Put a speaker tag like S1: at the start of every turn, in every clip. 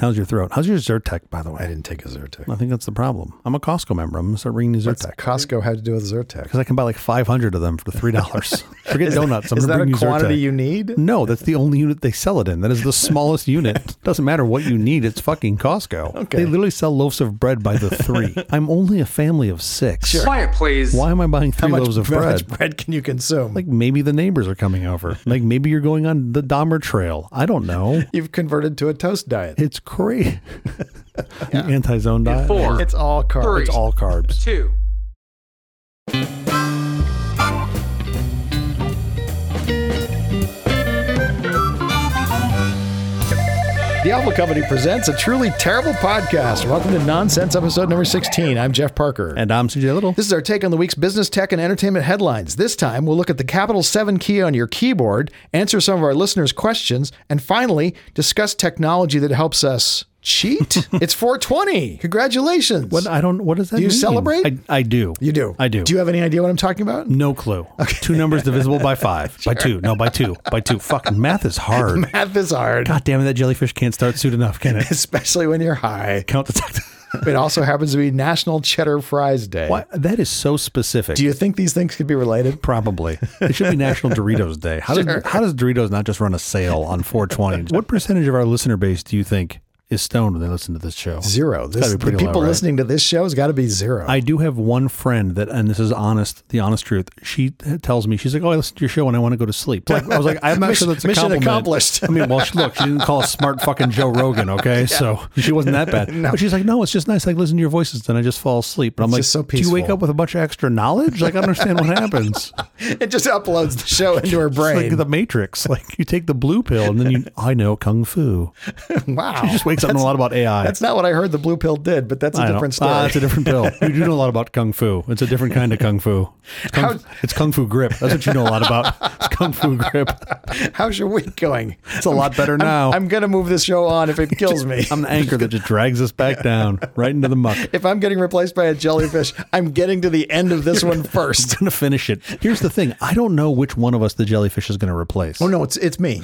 S1: How's your throat? How's your Zyrtec, by the
S2: I
S1: way?
S2: didn't take a Zyrtec.
S1: I think that's the problem. I'm a Costco member. I'm gonna start bringing you
S2: What's
S1: Zyrtec
S2: Costco had to do with Zyrtec?
S1: because I can buy like 500 of them for three dollars. Forget donuts. I'm
S2: Is
S1: gonna
S2: that a
S1: bring you
S2: quantity
S1: Zyrtec.
S2: you need?
S1: no, that's the only unit they sell it in. That is the smallest unit. Doesn't matter what you need. It's fucking Costco.
S2: Okay.
S1: They literally sell loaves of bread by the three. I'm only a family of six.
S3: Quiet, please.
S1: Why am I buying three loaves of
S2: how
S1: bread?
S2: much bread can you consume?
S1: Like maybe the neighbors are coming over. Like maybe you're going on the Dahmer Trail. I don't know.
S2: You've converted to a toast diet.
S1: It's great. Anti zone diet.
S3: Four,
S2: It's all carbs.
S3: Hurry.
S1: It's all carbs.
S3: two,
S2: The Alpha Company presents a truly terrible podcast. Welcome to Nonsense episode number 16. I'm Jeff Parker.
S1: And I'm CJ Little.
S2: This is our take on the week's business, tech, and entertainment headlines. This time, we'll look at the capital 7 key on your keyboard, answer some of our listeners' questions, and finally, discuss technology that helps us cheat. it's 420. Congratulations.
S1: What I don't. What does that?
S2: Do you
S1: mean?
S2: celebrate?
S1: I, I do.
S2: you do.
S1: I do.
S2: Do you have any idea what I'm talking about?
S1: No clue. Two numbers divisible by five. By two. No, by two. By two. Fucking math is hard.
S2: Math is hard,
S1: God damn it! That jellyfish can't start soon enough, can it?
S2: especially when you're high.
S1: Count detector.
S2: It also happens to be National Cheddar Fries Day.
S1: Why? That is so specific.
S2: Do you think these things could be related?
S1: Probably. It should be National Doritos Day. How does how does Doritos not just run a sale on 420? what percentage of our listener base do you think is stoned when they listen to this show?
S2: Zero. This,
S1: gotta
S2: the
S1: be pretty low,
S2: people
S1: right?
S2: listening to this show has got to be zero.
S1: I do have one friend that, and this is honest, the honest truth. She tells me she's like, "Oh, I listen to your show when I want to go to sleep." Like I was like, "I'm not sure that's a
S2: Mission
S1: compliment."
S2: accomplished.
S1: I mean, well, she, look, she didn't call us smart fucking Joe Rogan, okay? So she wasn't that bad. But she's like, "No, it's just nice. I listen to your voices, then I just fall asleep." And I'm
S2: just so
S1: like, "Do you wake
S2: peaceful.
S1: up with a bunch of extra knowledge? Like, I don't understand what happens."
S2: it just uploads the show into her
S1: It's
S2: brain.
S1: like the Matrix. Like you take the blue pill, and then you, I know kung fu.
S2: wow.
S1: Just wakes up knowing a lot about AI.
S2: That's not what I heard the blue pill did, but that's a
S1: I know.
S2: different story.
S1: Ah, it's a different pill. You do know a lot about kung fu. It's a different kind of kung fu. It's kung,
S2: How-
S1: it's kung fu grip. That's what you know a lot about. It's kung fu grip.
S2: How's your week going?
S1: It's a lot better now.
S2: I'm, I'm going to move this show on if it kills me.
S1: I'm the anchor that just drags us back down right into the muck.
S2: if I'm getting replaced by a jellyfish, I'm getting to the end of this one first.
S1: Gonna finish it. Here's the thing. I don't know which one of us the jellyfish is gonna replace.
S2: Oh, no, it's it's me.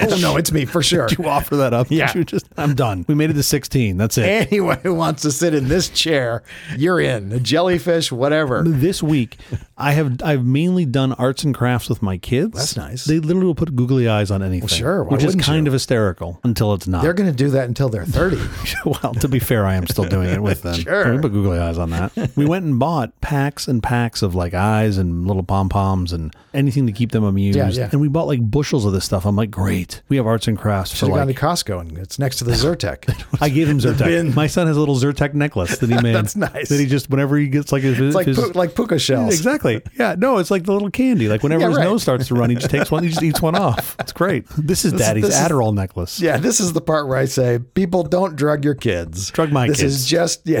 S2: oh, no, it's me for sure.
S1: You offer that up.
S2: Yeah.
S1: You just, I'm done. We made it to 16. That's it.
S2: Anyone who wants to sit in this chair, you're in. A jellyfish, whatever.
S1: this week I have I've mainly done arts and crafts with my kids.
S2: That's nice.
S1: They literally will put googly eyes on anything.
S2: sure, why
S1: which is
S2: wouldn't
S1: kind of hysterical until it's not.
S2: They're going to do that until they're 30.
S1: well, to be fair, I am still doing it with them.
S2: Sure.
S1: we put googly eyes on that. We went and bought packs and packs of like eyes and little pom poms and anything to keep them amused.
S2: Yeah, yeah.
S1: And we bought like bushels of this stuff. I'm like, great. We have arts and crafts for
S2: Should have
S1: like
S2: gone to Costco and it's next to the Zyrtec.
S1: I gave him
S2: bin.
S1: Zyrtec. My son has a little Zyrtec necklace that he made.
S2: That's nice.
S1: That he just whenever he gets like his,
S2: It's like
S1: his
S2: pu- like puka shells.
S1: Exactly. Yeah. No, it's like the little candy. Like whenever
S2: Yeah,
S1: his
S2: right.
S1: nose starts to run, he just takes one. He just eats one off. It's great. This is Daddy's
S2: this is-
S1: Adderall necklace.
S2: Yeah, this is the part where I say people don't drug your kids.
S1: Drug my
S2: this
S1: kids.
S2: This is just yeah,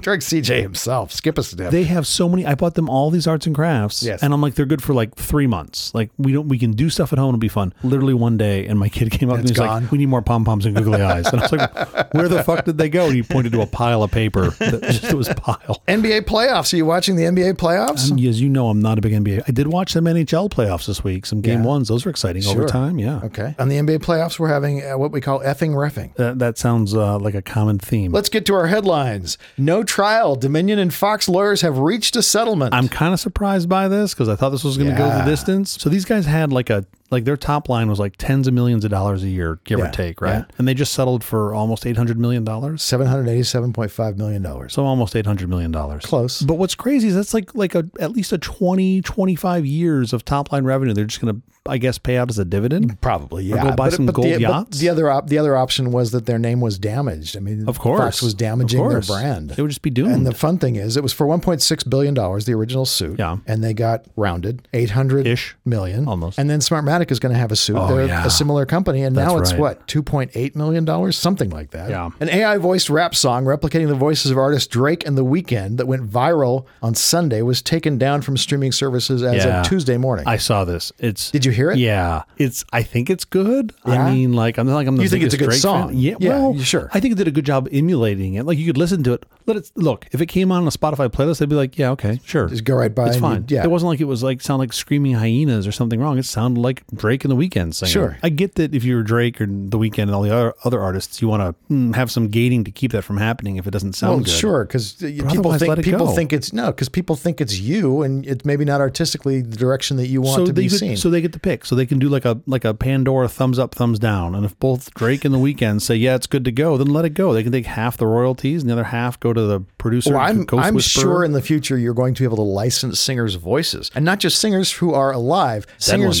S2: drug CJ himself. Skip a step.
S1: They have so many. I bought them all these arts and crafts,
S2: Yes.
S1: and I'm like, they're good for like three months. Like we don't, we can do stuff at home. It'll be fun. Literally one day, and my kid came up and
S2: It's
S1: he's
S2: gone.
S1: like, "We need more pom poms and googly eyes." And I was like, "Where the fuck did they go?" And he pointed to a pile of paper that just was pile.
S2: NBA playoffs. Are you watching the NBA playoffs?
S1: As you know, I'm not a big NBA. I did watch some NHL playoffs this week. Some game
S2: Yeah.
S1: ones. Those were exciting
S2: Sure.
S1: overtime. Yeah.
S2: okay. On the NBA playoffs, we're having uh, what we call effing refing.
S1: That, that sounds uh, like a common theme.
S2: Let's get to our headlines. No trial. Dominion and Fox lawyers have reached a settlement.
S1: I'm kind of surprised by this because I thought this was going to go
S2: Yeah.
S1: the distance. So these guys had like a like their top line was like tens of millions of dollars a year, give
S2: Yeah,
S1: or take, right?
S2: yeah.
S1: And they just settled for almost eight hundred million dollars,
S2: Seven hundred eighty-seven point five million dollars.
S1: so almost eight hundred million dollars.
S2: Close.
S1: But what's crazy is that's like like a at least a 20, 25 years of top line revenue. They're just going to, I guess, pay out as a
S2: Mm.
S1: dividend.
S2: Probably, yeah.
S1: go buy some gold
S2: the,
S1: yachts?
S2: the other op- the other option was that their name was damaged. I mean,
S1: Of course,
S2: Fox was
S1: Of
S2: damaging their
S1: course.
S2: brand.
S1: They would just be doomed.
S2: And the fun thing is, it was for 1.6 billion dollars, the original suit.
S1: Yeah.
S2: and they got rounded 800
S1: Ish.
S2: million
S1: Almost. Oh,
S2: And then Smartmatic is going to have a suit. They're
S1: yeah.
S2: a similar company, and now it's
S1: right.
S2: what 2.8 million dollars, something like that.
S1: Yeah.
S2: An AI voiced rap song replicating the voices of artists Drake and The Weeknd that went viral on Sunday was taken down from streaming services as
S1: Yeah.
S2: of Tuesday morning.
S1: I saw this. It's
S2: Did you you hear it?
S1: Yeah, it's. I think it's good.
S2: Yeah?
S1: I mean, like I'm not like I'm the
S2: You think
S1: biggest
S2: it's a good
S1: Drake
S2: song?
S1: fan. Yeah,
S2: Yeah,
S1: well,
S2: you sure.
S1: I think it did a good job emulating it. Like you could listen to it. Let it look. If it came on a Spotify playlist, they'd be like, yeah, okay, sure,
S2: Just go right by.
S1: it's
S2: and you-
S1: fine.
S2: yeah.
S1: it wasn't like it was like sound like screaming hyenas or something wrong. It sounded like Drake and the Weeknd singing.
S2: Sure.
S1: I get that if you're Drake or the Weeknd and all the other other artists, you want to mm, have some gating to keep that from happening if it doesn't sound
S2: Well,
S1: good.
S2: sure, because people
S1: otherwise, let
S2: think
S1: it
S2: people
S1: go.
S2: think it's no, because people think it's you, and it's maybe not artistically the direction that you want
S1: so
S2: to
S1: they
S2: be
S1: could,
S2: seen.
S1: so they get to pick. So they can do like a like a Pandora thumbs up, thumbs down. And if both Drake and the Weeknd say yeah, it's good to go, then let it go. They can take half the royalties, and the other half go to the producer.
S2: Well,
S1: and
S2: I'm,
S1: Ghost
S2: I'm
S1: Whisperer.
S2: sure in the future you're going to be able to license singers' voices, and not just singers who are alive, singers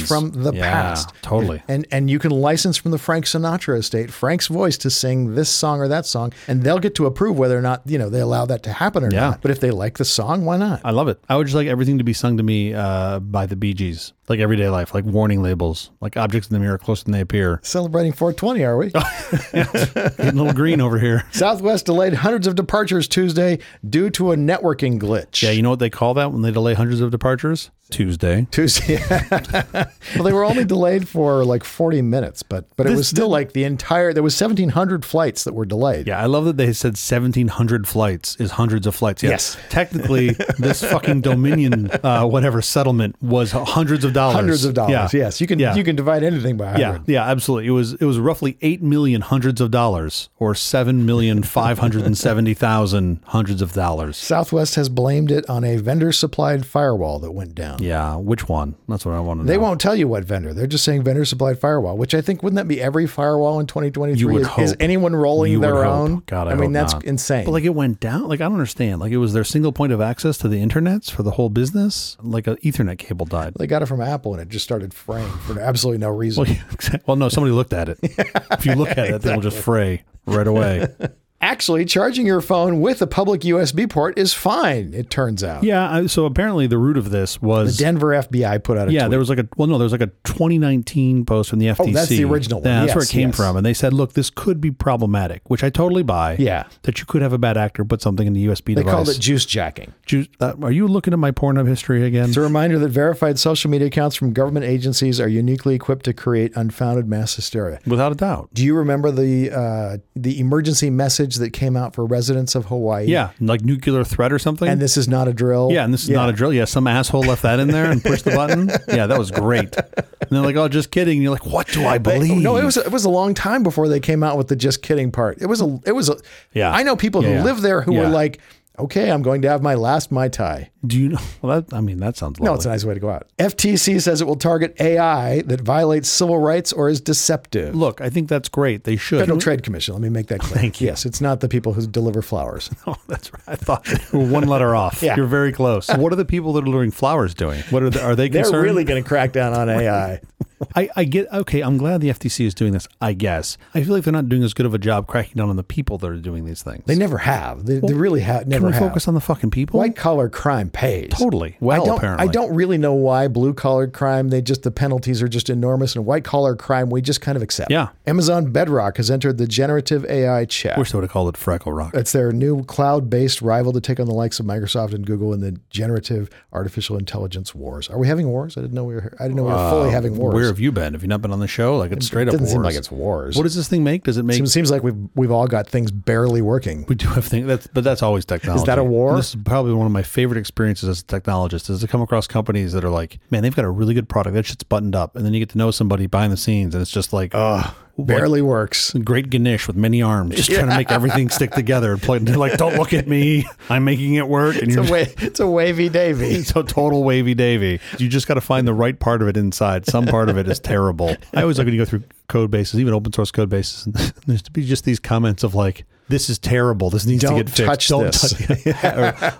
S1: ones.
S2: from the
S1: Yeah,
S2: past.
S1: totally.
S2: And and you can license from the Frank Sinatra estate Frank's voice to sing this song or that song, and they'll get to approve whether or not you know they allow that to happen or
S1: Yeah. Uh,
S2: not. But if they like the song, why not?
S1: I love it. I would just like everything to be sung to me uh, by the Bee Gees, like everyday life, like warning labels, like objects in the mirror closer than they appear.
S2: Celebrating 420, are we?
S1: Getting a little green over here.
S2: Southwest delayed hundreds of departures Tuesday due to a networking glitch.
S1: Yeah, you know what they call that when they delay hundreds of departures? Tuesday.
S2: Tuesday. well, they were only delayed for like 40 minutes, but but it was still like the entire. There was 1,700 flights that were delayed.
S1: Yeah, I love that they said 1,700 flights is hundreds of flights. Yeah,
S2: Yes.
S1: Technically, this fucking Dominion, uh, whatever settlement was hundreds of dollars.
S2: Hundreds of dollars.
S1: Yeah.
S2: Yes, you can
S1: Yeah.
S2: you can divide anything by
S1: Yeah,
S2: 100.
S1: yeah, absolutely. It was it was roughly eight million hundreds of dollars, or seven million five hundred and seventy thousand hundreds of dollars.
S2: Southwest has blamed it on a vendor supplied firewall that went down.
S1: Yeah, which one? That's what I want to know.
S2: They won't tell you what vendor. They're just saying vendor supplied firewall, which I think wouldn't that be every firewall in 2023?
S1: You would
S2: is, is
S1: hope.
S2: anyone rolling
S1: You would
S2: their
S1: hope.
S2: own?
S1: God, I
S2: mean
S1: hope
S2: that's
S1: not.
S2: insane.
S1: But like it went down. Like I don't understand. Like it was their single point of access to the internets for the whole business. Like an Ethernet cable died.
S2: they got it from Apple and it just started fraying for absolutely no reason.
S1: Well, yeah, exact- well, no, somebody looked at it. if you look at it, it'll just fray right away.
S2: Actually, charging your phone with a public USB port is fine, it turns out.
S1: yeah. I, so apparently, the root of this was
S2: Denver FBI put out a
S1: yeah.
S2: tweet. Oh,
S1: There was like a well, no, there was like a 2019 post from the FTC.
S2: that's the original one.
S1: Yeah, that's where it
S2: Yes,
S1: came
S2: yes.
S1: from, and they said, look, this could be problematic, which I totally buy.
S2: Yeah.
S1: That you could have a bad actor put something in the USB
S2: They
S1: device.
S2: called it juice jacking.
S1: Ju- uh, are you looking at my Pornhub history again?
S2: It's a reminder that verified social media accounts from government agencies are uniquely equipped to create unfounded mass hysteria.
S1: Without a doubt.
S2: Do you remember the uh, the emergency message that came out for residents of Hawaii?
S1: Yeah, like nuclear threat or something.
S2: And this is not a drill.
S1: yeah, and this is not a drill. Yeah, some asshole left that in there and pushed the button. Yeah, that was great. And they're like, "Oh, just kidding." And you're like, "What do I believe?"
S2: oh, No, it was it was a long time before they came out with the just kidding part. It was a it was a
S1: Yeah.
S2: I know people who
S1: Yeah, yeah.
S2: live there who were
S1: Yeah.
S2: like, okay, I'm going to have my last mai tai.
S1: Do you know? Well, that I mean, that sounds
S2: No,
S1: lovely.
S2: it's a nice way to go out. FTC says it will target AI that violates civil rights or is deceptive.
S1: Look, I think that's great. They should.
S2: Federal Trade Commission. Let me make that clear.
S1: Thank you.
S2: Yes, it's not the people who deliver flowers.
S1: Oh, that's right. I thought you were one letter off.
S2: Yeah.
S1: You're very close. What are the people that are delivering flowers doing? What are they, are they
S2: They're
S1: concerned?
S2: really going to crack down on AI.
S1: I, I get okay. I'm glad the FTC is doing this. I guess I feel like they're not doing as good of a job cracking down on the people that are doing these things.
S2: They never have. They, they really have
S1: Can
S2: never
S1: we
S2: have.
S1: focus on the fucking people?
S2: White collar crime pays.
S1: Totally. Well,
S2: I don't,
S1: Oh, apparently,
S2: I don't really know why blue collar crime, they just, the penalties are just enormous. And white collar crime, we just kind of accept.
S1: Yeah.
S2: Amazon Bedrock has entered the generative AI chat.
S1: Wish they would have called it Freckle Rock.
S2: It's their new cloud based rival to take on the likes of Microsoft and Google in the generative artificial intelligence wars. Are we having wars? I didn't know we were, I didn't know we were fully having wars.
S1: Where have you been? Have you not been on the show? Like it's straight Uh, up
S2: doesn't
S1: wars.
S2: seem like it's wars.
S1: what does this thing make? Does it make?
S2: it seems like we've, we've all got things barely working.
S1: we do have things. That's but that's always technology.
S2: that a war?
S1: And this is probably one of my favorite experiences as a technologist is to come across companies that are like, man, they've got a really good product. That shit's buttoned up, and then you get to know somebody behind the scenes, and it's just like, uh,
S2: Barely works.
S1: Great Ganesh with many arms, just trying to make everything stick together and play. and they're like, don't look at me. I'm making it work. And you're
S2: It's a, wa- it's a wavy davy.
S1: It's a total wavy davy. You just got to find the right part of it inside. Some part of it is terrible. I always like when you go through code bases, even open source code bases, and there's to be just these comments of like, "This is terrible. This needs
S2: Don't
S1: to get fixed.
S2: touch this."
S1: touch it."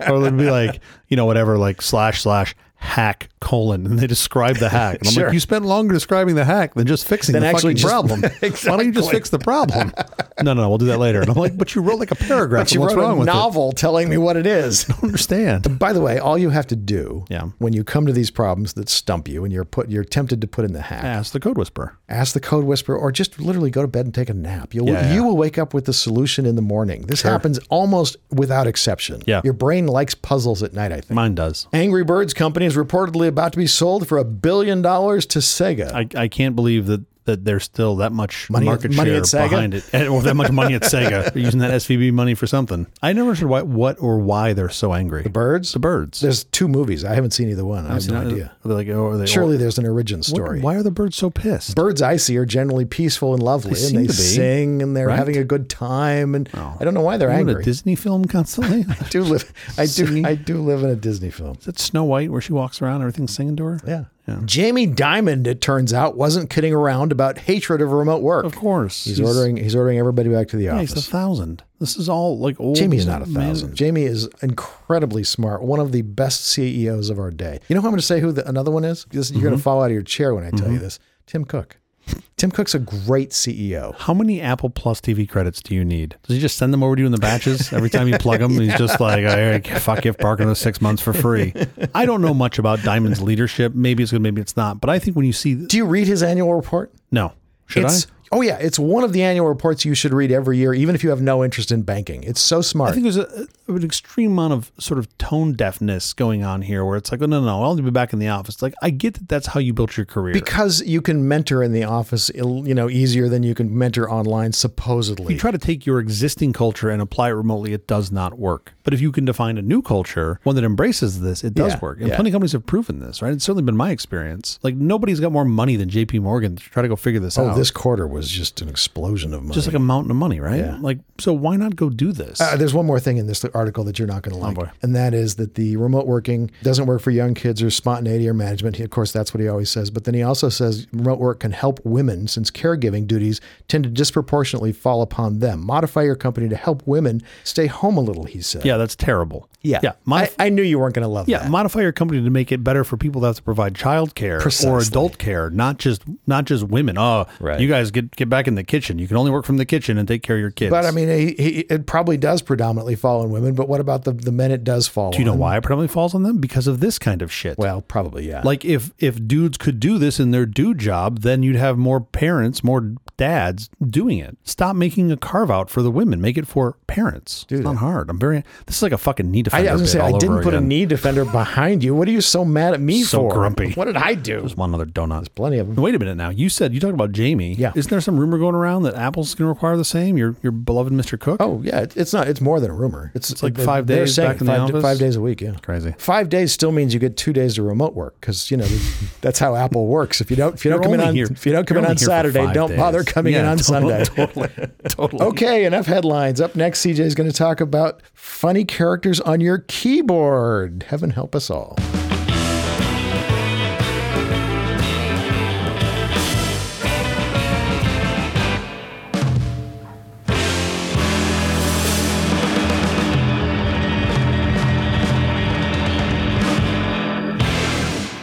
S1: or, or it'd be like, you know, whatever, like slash slash hack colon, and they describe the hack, and I'm
S2: Sure.
S1: like, you spent longer describing the hack than just fixing
S2: Than
S1: the
S2: actually
S1: fucking
S2: just-
S1: problem. Why don't you just
S2: Exactly.
S1: fix the problem? No, no, no, we'll do that later. And I'm like, but you wrote like a paragraph.
S2: She
S1: What's
S2: wrote
S1: wrong
S2: a
S1: with it?
S2: novel telling me what it is.
S1: I don't understand.
S2: By the way, all you have to do
S1: Yeah.
S2: when you come to these problems that stump you and you're put you're tempted to put in the hack,
S1: Ask the code whisperer.
S2: ask the code whisperer or just literally go to bed and take a nap. You'll
S1: Yeah, yeah.
S2: you will wake up with the solution in the morning. This happens almost without exception.
S1: Yeah.
S2: Your brain likes puzzles at night, I think.
S1: Mine does.
S2: Angry Birds Company is reportedly about to be sold for a billion dollars to Sega.
S1: I, I can't believe that that there's still that much
S2: Money at-
S1: market
S2: money
S1: share
S2: at Sega?
S1: behind it, and- or that much money at Sega. They're using that SVB money for something. I never understood why, what or why they're so angry. The
S2: Birds?
S1: The birds.
S2: There's two movies. I haven't seen either one. I have no
S1: Are they-
S2: idea.
S1: Are they like, oh, are they
S2: Surely there's an origin
S1: what-
S2: story.
S1: Why are the birds so pissed?
S2: Birds I see are generally peaceful and lovely,
S1: They
S2: and
S1: seem
S2: they
S1: to be,
S2: sing and they're
S1: right? Oh.
S2: having a good time. And I don't know why they're
S1: Are you in a
S2: angry.
S1: Disney film constantly?
S2: I do live. I do.
S1: Singing.
S2: I do live in a Disney film.
S1: Is that Snow White where she walks around, everything's singing to her?
S2: Yeah. Jamie Diamond, it turns out, wasn't kidding around about hatred of remote work.
S1: Of course.
S2: He's, ordering. He's ordering everybody back to the
S1: yeah,
S2: office.
S1: he's a thousand. This is all like old.
S2: Jamie's not a
S1: man-
S2: thousand. Jamie is incredibly smart, one of the best CEOs of our day. You know who I'm going to say who the, another one is? This, You're going
S1: Mm-hmm.
S2: to fall out of your chair when I tell you this. Tim Cook. Tim Cook's a great E CEO.
S1: How many Apple Plus TV credits do you need? Does he just send them over to you in the batches every time you plug them? He's just like, "Oh, here, fuck, give Parker those six months for free. I don't know much about Diamond's leadership. Maybe it's good, maybe it's not. But I think when you see,
S2: Do you read his annual report?
S1: no, should
S2: it's,
S1: I?
S2: Oh yeah, it's one of the annual reports you should read every year, even if you have no interest in banking. It's so smart.
S1: I think there's a, a- an extreme amount of sort of tone deafness going on here, where it's like, oh no, no, no, I'll be back in the office. Like, I get that that's how you built your career.
S2: because you can mentor in the office, il- you know, easier than you can mentor online, supposedly.
S1: you try to take your existing culture and apply it remotely, it does not work. But if you can define a new culture, one that embraces this, it does
S2: Yeah,
S1: work. And
S2: yeah.
S1: plenty of companies have proven this, right? It's certainly been my experience. Like nobody's got more money than JP Morgan to try to go figure this
S2: oh,
S1: out.
S2: this quarter was just an explosion of money.
S1: just like a mountain of money, right? Like, so why not go do this?
S2: Uh, there's one more thing in this article that you're not going to like,
S1: Oh, boy.
S2: and that is that the remote working doesn't work for young kids or spontaneity or management. He, of course, that's what he always says. But then he also says remote work can help women since caregiving duties tend to disproportionately fall upon them. Modify your company to help women stay home a little, he said.
S1: yeah, that's terrible.
S2: yeah.
S1: Yeah. Modif-
S2: I, I knew you weren't going to love
S1: yeah,
S2: that.
S1: modify your company to make it better for people that have to provide childcare or
S2: Precisely.
S1: adult care, not just not just women. Oh,
S2: Right.
S1: you guys get get back in the kitchen. You can only work from the kitchen and take care of your kids.
S2: But I mean, he, he, it probably does predominantly fall on women. But what about the, the men it does fall
S1: do you know
S2: on?
S1: why it predominantly falls on them? Because of this kind of shit.
S2: Well, probably, yeah.
S1: Like if if dudes could do this in their dude job, then you'd have more parents, more dads doing it. Stop making a carve out for the women. Make it for parents. it's not hard. I'm very. This is like a fucking need
S2: I,
S1: defender.
S2: I was going to
S1: bit
S2: say, I
S1: all
S2: didn't
S1: over
S2: put a
S1: again.
S2: knee defender behind you. What are you so mad at me
S1: So
S2: for?
S1: grumpy.
S2: What did I do?
S1: There's one other donut.
S2: Plenty of them.
S1: Wait a minute now. You said you talked about Jamie.
S2: Yeah.
S1: Isn't there some rumor going around that Apple's going to require the same? Your your beloved Mr. Cook.
S2: Oh yeah, it- it's not. It's more than a rumor. It's,
S1: like
S2: they're-
S1: five
S2: they're
S1: days
S2: saying
S1: back in the
S2: five,
S1: office?
S2: Five days a week. Yeah,
S1: Crazy.
S2: Five days still means you get two days to remote work because you know that's how Apple works. If you don't, if you don't
S1: You're
S2: come in
S1: only
S2: on,
S1: here-
S2: if you don't come in
S1: you're
S2: on
S1: only here for
S2: Saturday,
S1: five
S2: don't
S1: days.
S2: bother coming in
S1: Yeah,
S2: on
S1: totally,
S2: Sunday.
S1: Totally. Totally.
S2: Okay, enough headlines. Up next, CJ is going to talk about funny characters on your keyboard. Heaven help us all.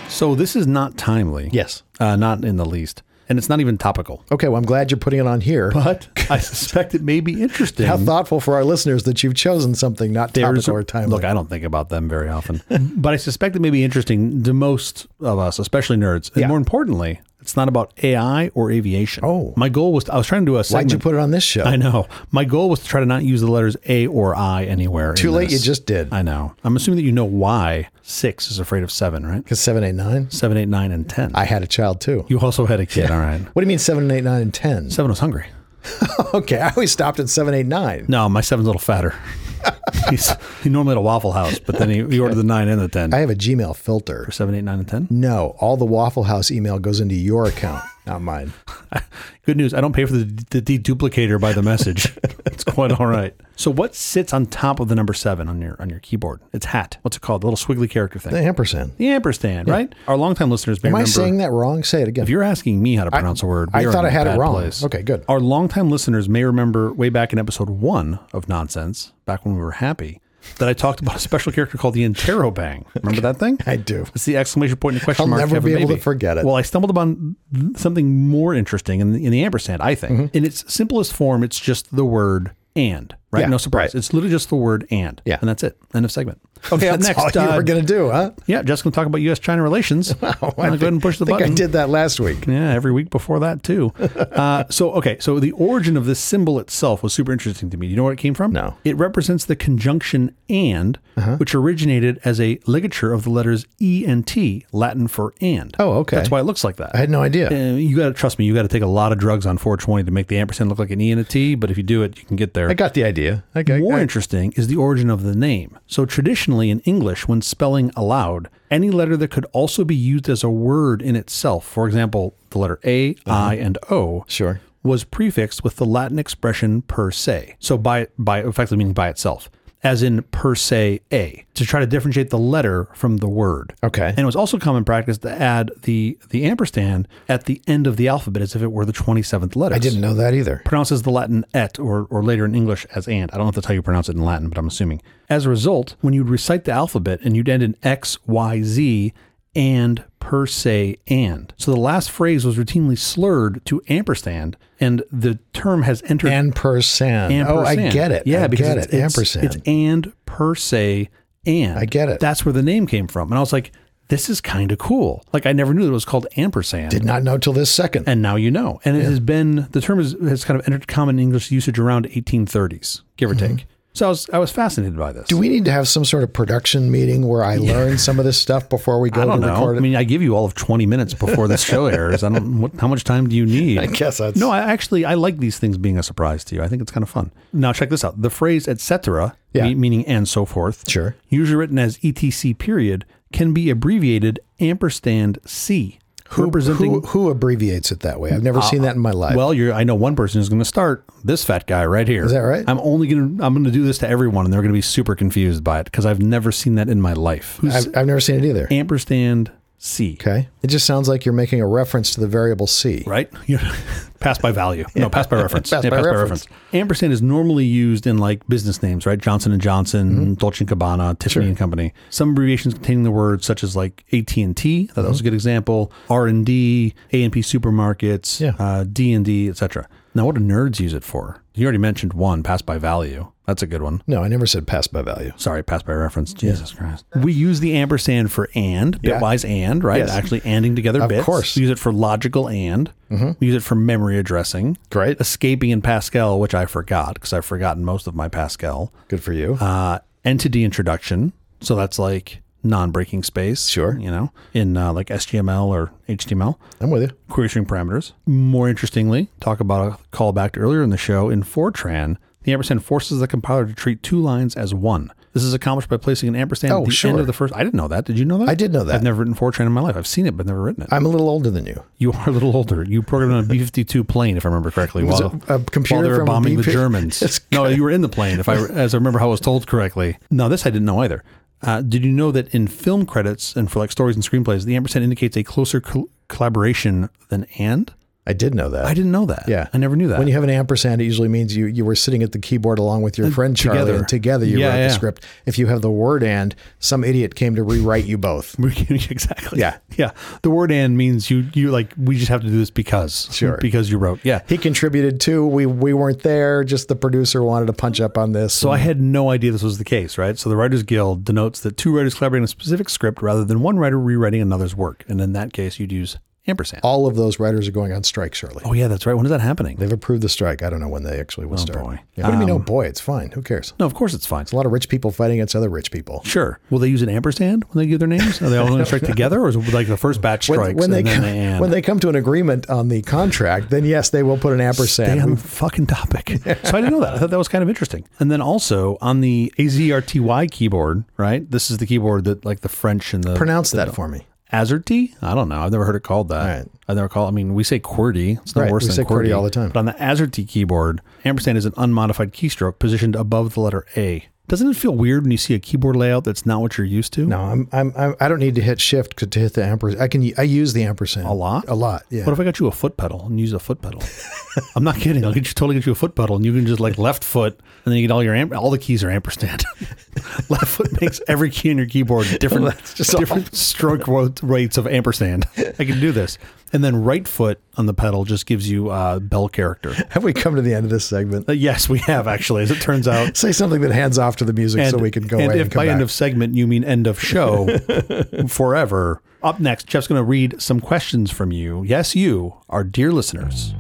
S1: So this is not timely.
S2: Yes.
S1: Uh, not in the least. And it's not even topical.
S2: Okay, well, I'm glad you're putting it on here.
S1: But I suspect it may be interesting.
S2: How thoughtful for our listeners that you've chosen something not topical or timely. Mm-hmm.
S1: Look, I don't think about them very often, but I suspect it may be interesting to most of us, especially nerds. And
S2: Yeah.
S1: more importantly, it's not about AI or aviation.
S2: Oh.
S1: my goal was I was trying to do a
S2: Why'd
S1: segment.
S2: you put it on this show?
S1: I know. My goal was to try to not use the letters A or I anywhere. in
S2: Too late,
S1: this.
S2: you just did.
S1: I know. I'm assuming that you know why six is afraid of seven, right?
S2: Because 789?
S1: Seven, eight, nine, and ten.
S2: I had a child too.
S1: you also had a kid. All right.
S2: What do you mean 789 and 10?
S1: Seven was hungry.
S2: Okay, I always stopped at 789.
S1: No, my seven's a little fatter. He's, he normally had a Waffle House, but then he, he ordered the nine and the ten.
S2: I have a Gmail filter.
S1: Seven, eight, nine, and ten.
S2: No, all the Waffle House email goes into your account, not mine.
S1: Good news. I don't pay for the, the deduplicator by the message. it's quite all right. So what sits on top of the number seven on your on your keyboard? It's hat. What's it called? The little squiggly character
S2: The
S1: thing.
S2: ampersand.
S1: The ampersand, right? Our longtime listeners may
S2: Am I
S1: remember.
S2: saying that wrong? Say it again.
S1: if you're asking me how to pronounce a word,
S2: I
S1: we are
S2: thought
S1: in
S2: I
S1: a
S2: had it
S1: bad
S2: wrong.
S1: place.
S2: Okay, good.
S1: Our longtime listeners may remember way back in episode one of Nonsense, back when we were happy, that I talked about a special character called the Interrobang. Remember that thing?
S2: I do.
S1: It's the exclamation point and question
S2: I'll
S1: mark.
S2: never
S1: have a
S2: be able to
S1: baby.
S2: forget it.
S1: Well, I stumbled upon something more interesting in the, in the ampersand, I think.
S2: Mm-hmm.
S1: In its simplest form, it's just the word and, right?
S2: Yeah,
S1: no surprise.
S2: right.
S1: It's literally just the word and.
S2: Yeah.
S1: And that's it. End of segment.
S2: Okay,
S1: That's
S2: that's
S1: next,
S2: all you
S1: uh,
S2: were going to do, huh?
S1: Yeah, just going to talk about U.S. China relations. Wow, I'm
S2: I
S1: gonna go ahead and push the
S2: think
S1: button.
S2: I did that last week.
S1: Yeah, every week before that too. Uh, so okay, so the origin of this symbol itself was super interesting to me. Do you know where it came from?
S2: No.
S1: It represents the conjunction and,
S2: Uh-huh.
S1: which originated as a ligature of the letters E and T, Latin for and.
S2: Oh, okay.
S1: That's why it looks like that.
S2: I had no idea.
S1: Uh, you got to trust me. You got to take a lot of drugs on 420 to make the ampersand look like an E and a T. But if you do it, you can get there.
S2: I got the idea. I got,
S1: More
S2: I-
S1: interesting is the origin of the name. So, traditionally in English, when spelling aloud, any letter that could also be used as a word in itself, for example, the letter A,
S2: Uh-huh.
S1: I, and O,
S2: sure.
S1: was prefixed with the Latin expression per se. So, by, by effectively meaning by itself, as in per se a, to try to differentiate the letter from the word.
S2: Okay.
S1: And it was also common practice to add the, the ampersand at the end of the alphabet as if it were the 27th letter
S2: I didn't know that either.
S1: pronounces the Latin et or, or later in English as and. I don't know if that's how you pronounce it in Latin, but I'm assuming. As a result, when you'd recite the alphabet and you'd end in X, Y, Z, and per se and. So the last phrase was routinely slurred to ampersand, and the term has entered
S2: And percent. Oh, I
S1: ampersand.
S2: get it.
S1: Yeah,
S2: I
S1: because
S2: get
S1: it's,
S2: it.
S1: it's-
S2: Ampersand.
S1: It's and per se and.
S2: I get it.
S1: That's where the name came from. And I was like, this is kind of cool. Like I never knew that it was called ampersand
S2: Did not know till this second.
S1: and now you know. And it has been the term is, has kind of entered common English usage around 1830s, give or take. So I was I was fascinated by this.
S2: Mm-hmm. Do we need to have some sort of production meeting where I learn some of this stuff before we go
S1: I don't
S2: to
S1: know.
S2: record
S1: I
S2: it?
S1: mean, I give you all of 20 minutes before this show airs. I don't. What, how much time do you need?
S2: I guess that's
S1: No, I actually I like these things being a surprise to you. I think it's kind of fun. Now check this out. The phrase etc,
S2: Yeah.
S1: me- meaning and so forth,
S2: Sure.
S1: usually written as etc period, can be abbreviated ampersand c, representing
S2: who, who abbreviates it that way. I've never seen that in my life.
S1: Uh, Well, you're. I know one person is going to start this fat guy right here. Is
S2: that right?
S1: I'm only going to. I'm going to do this to everyone, and they're going to be super confused by it because I've never seen that in my life. Who's
S2: I've, I've never seen it either.
S1: ampersand C?
S2: Okay. It just sounds like you're making a reference to the variable C.
S1: Right? You're, pass by value. No, pass by reference.
S2: Pass by reference.
S1: Ampersand is normally used in like business names, right? Johnson and Johnson,
S2: Mm-hmm.
S1: Dolce and Gabbana, Tiffany and Company. Some abbreviations containing the words such as like AT and T. That was a good example. R and D, A and P supermarkets,
S2: Yeah.
S1: uh, D and D, etc. Now, what do nerds use it for? You already mentioned one, pass by value. That's a good one.
S2: No, I never said pass by value.
S1: Sorry, pass by reference. Jesus Christ. We use the ampersand for and, bitwise and, right?
S2: Yes.
S1: Actually anding together bits.
S2: course.
S1: We use it for logical and. We use it for memory addressing.
S2: Great.
S1: Escaping in Pascal, which I forgot because I've forgotten most of my Pascal.
S2: Good for you.
S1: Uh, entity introduction. So that's like non-breaking space.
S2: Sure.
S1: You know, in uh, like SGML or HTML
S2: I'm with you.
S1: query string parameters. More interestingly, talk about a callback to earlier in the show in Fortran, the ampersand forces the compiler to treat two lines as one. This is accomplished by placing an ampersand
S2: Oh,
S1: at the end
S2: sure.
S1: of the first. I didn't know that. Did you know that?
S2: I did know that.
S1: I've never written Fortran in my life. I've seen it, but never written it.
S2: I'm a little older than you.
S1: you are a little older. You programmed on a B fifty two plane, if I remember correctly.
S2: Was
S1: While,
S2: it a computer
S1: while they were
S2: from a
S1: bombing the
S2: B-50?
S1: Germans.
S2: That's
S1: no, you were in the plane, if I as I remember how I was told correctly. No, this I didn't know either. Uh, did you know that in film credits and for like stories and screenplays, the ampersand indicates a closer col- collaboration than and?
S2: I did know that.
S1: I didn't know that.
S2: Yeah.
S1: I never knew that. Uh,
S2: When you have an ampersand, it usually means you, you were sitting at the keyboard along with your friend Charlie,
S1: together.
S2: and together you
S1: Yeah,
S2: wrote
S1: yeah.
S2: the script. If you have the word and, some idiot came to rewrite you both.
S1: exactly.
S2: Yeah.
S1: Yeah. The word and means you, you like, we just have to do this because.
S2: Sure.
S1: Because you wrote. Yeah.
S2: He contributed too. We we weren't there. Just the producer wanted to punch up on this.
S1: So I had no idea this was the case, right? So the Writers Guild denotes that two writers collaborating on a specific script rather than one writer rewriting another's work. And in that case, you'd use ampersand.
S2: all of those writers are going on strike. Surely
S1: Oh, yeah, that's right. When is that happening?
S2: they've approved the strike. I don't know when they actually will start.
S1: boy. Um,
S2: Yeah, what do you mean? Oh boy, it's fine. Who cares?
S1: No, of course it's fine.
S2: It's a lot of rich people fighting against other rich people.
S1: Sure. Will they use an ampersand when they give their names? Are they all going to strike together, or is it like the first batch
S2: When,
S1: strikes
S2: when they
S1: and then
S2: come,
S1: they and?
S2: when they come to an agreement on the contract, then yes, they will put an
S1: Stay
S2: ampersand.
S1: on the fucking topic. so I didn't know that. I thought that was kind of interesting. And then also on the AZRTY keyboard, right? This is the keyboard that like the French and the
S2: Pronounce that for me.
S1: AZRT. I don't know. I've never heard it called that.
S2: All right.
S1: I've never called. I mean, we say QWERTY. It's no
S2: Right,
S1: worse
S2: we
S1: than
S2: say QWERTY
S1: QWERTY
S2: all the time.
S1: But on the AZRT keyboard, ampersand is an unmodified keystroke positioned above the letter A. Doesn't it feel weird when you see a keyboard layout that's not what you're used to?
S2: No, I'm, I'm, I'm I don't need to hit shift to, to hit the ampersand. I can I use the ampersand
S1: A lot?
S2: a lot. Yeah,
S1: What if I got you a foot pedal and use a foot pedal? I'm not kidding. I'll get you totally get you a foot pedal and you can just like left foot and then you get all your amp- all the keys are ampersand. left foot makes every key on your keyboard different different stroke ro- rates of ampersand. I can do this. And then right foot on the pedal just gives you uh, bell character.
S2: have we come to the end of this segment?
S1: Uh, yes, we have actually as it turns out.
S2: Say something that hands off after the music so we can go
S1: and
S2: away
S1: if
S2: and come
S1: by
S2: back.
S1: end of segment you mean end of show forever. Up next, Jeff's going to read some questions from you. Yes, you, our dear listeners.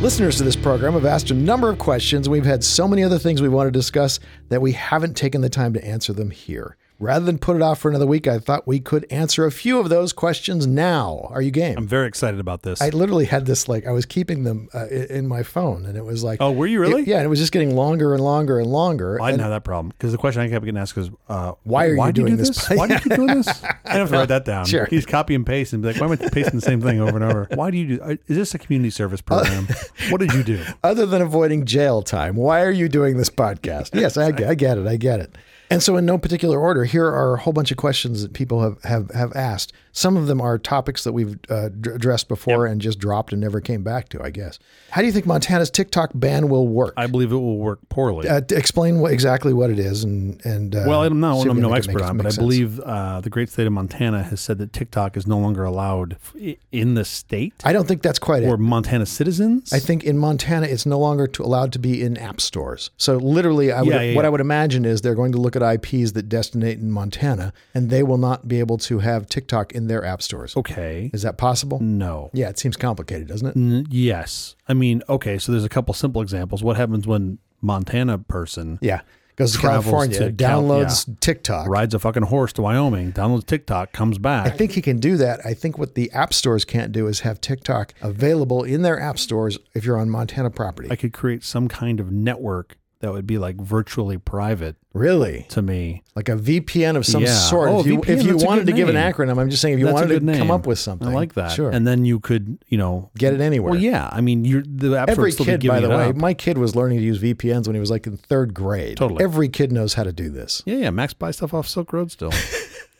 S2: Listeners to this program have asked a number of questions, and we've had so many other things we want to discuss that we haven't taken the time to answer them here. Rather than put it off for another week, I thought we could answer a few of those questions now. Are you game?
S1: I'm very excited about this.
S2: I literally had this like I was keeping them uh, i- in my phone, and it was like,
S1: Oh, were you really?
S2: It- yeah, and it was just getting longer and longer and longer.
S1: I didn't have that problem because the question I kept getting asked is, uh,
S2: Why are you
S1: do do
S2: doing this?
S1: Why do you keep doing this? I have to write that down.
S2: Sure.
S1: He's copy and paste and be like, why am I pasting the same thing over and over? Why do you do? uh, Is this a community service
S2: Uh,
S1: program? what did you do?
S2: other than avoiding jail time, why are you doing this podcast? Yes, I, I get it. I get it. And so, in no particular order, here are a whole bunch of questions that people have have, have asked. Some of them are topics that we've uh, d- addressed before and just dropped and never came back to. I guess. How do you think Montana's TikTok ban will work?
S1: I believe it will work poorly.
S2: uh, d- explain what, exactly what it is and and. Uh,
S1: Well, I'm not.
S2: see if
S1: I'm
S2: we
S1: no
S2: can make it
S1: expert
S2: make
S1: on, it, but
S2: sense.
S1: I believe uh, the great state of Montana has said that TikTok is no longer allowed f- in the state
S2: I don't think that's quite
S1: for
S2: it.
S1: Montana citizens.
S2: I think in Montana, it's no longer to, allowed to be in app stores. So literally, I would,
S1: Yeah, yeah,
S2: what
S1: yeah.
S2: I would imagine is they're going to look at IPs that destinate in Montana, and they will not be able to have TikTok in their app stores.
S1: okay.
S2: Is that possible?
S1: No.
S2: Yeah, it seems complicated, doesn't it?
S1: N- yes. I mean, okay. So there's a couple simple examples. What happens when Montana person
S2: Yeah, goes to
S1: Travels
S2: California,
S1: to Cal-
S2: downloads TikTok.
S1: rides a fucking horse to Wyoming, downloads TikTok, comes
S2: I
S1: back?
S2: think he can do that. I think what the app stores can't do is have TikTok available in their app stores if you're on Montana property.
S1: I could create some kind of network that would be like virtually private
S2: really?
S1: to me.
S2: Like a VPN of some
S1: Yeah.
S2: sort.
S1: Oh,
S2: if you,
S1: VPN,
S2: if you
S1: that's a
S2: wanted
S1: good
S2: to give an
S1: name.
S2: acronym, I'm just saying if you
S1: That's a
S2: wanted to
S1: good name.
S2: come up with something.
S1: I like that.
S2: Sure.
S1: And then you could, you know,
S2: get it anywhere.
S1: Well, yeah. I mean, you're the app store
S2: Every
S1: would still be
S2: kid,
S1: giving
S2: by the
S1: it
S2: way,
S1: up.
S2: my kid was learning to use VPNs when he was like in third grade.
S1: Totally.
S2: Every kid knows how to do this.
S1: Yeah, yeah. Max buys stuff off Silk Road still.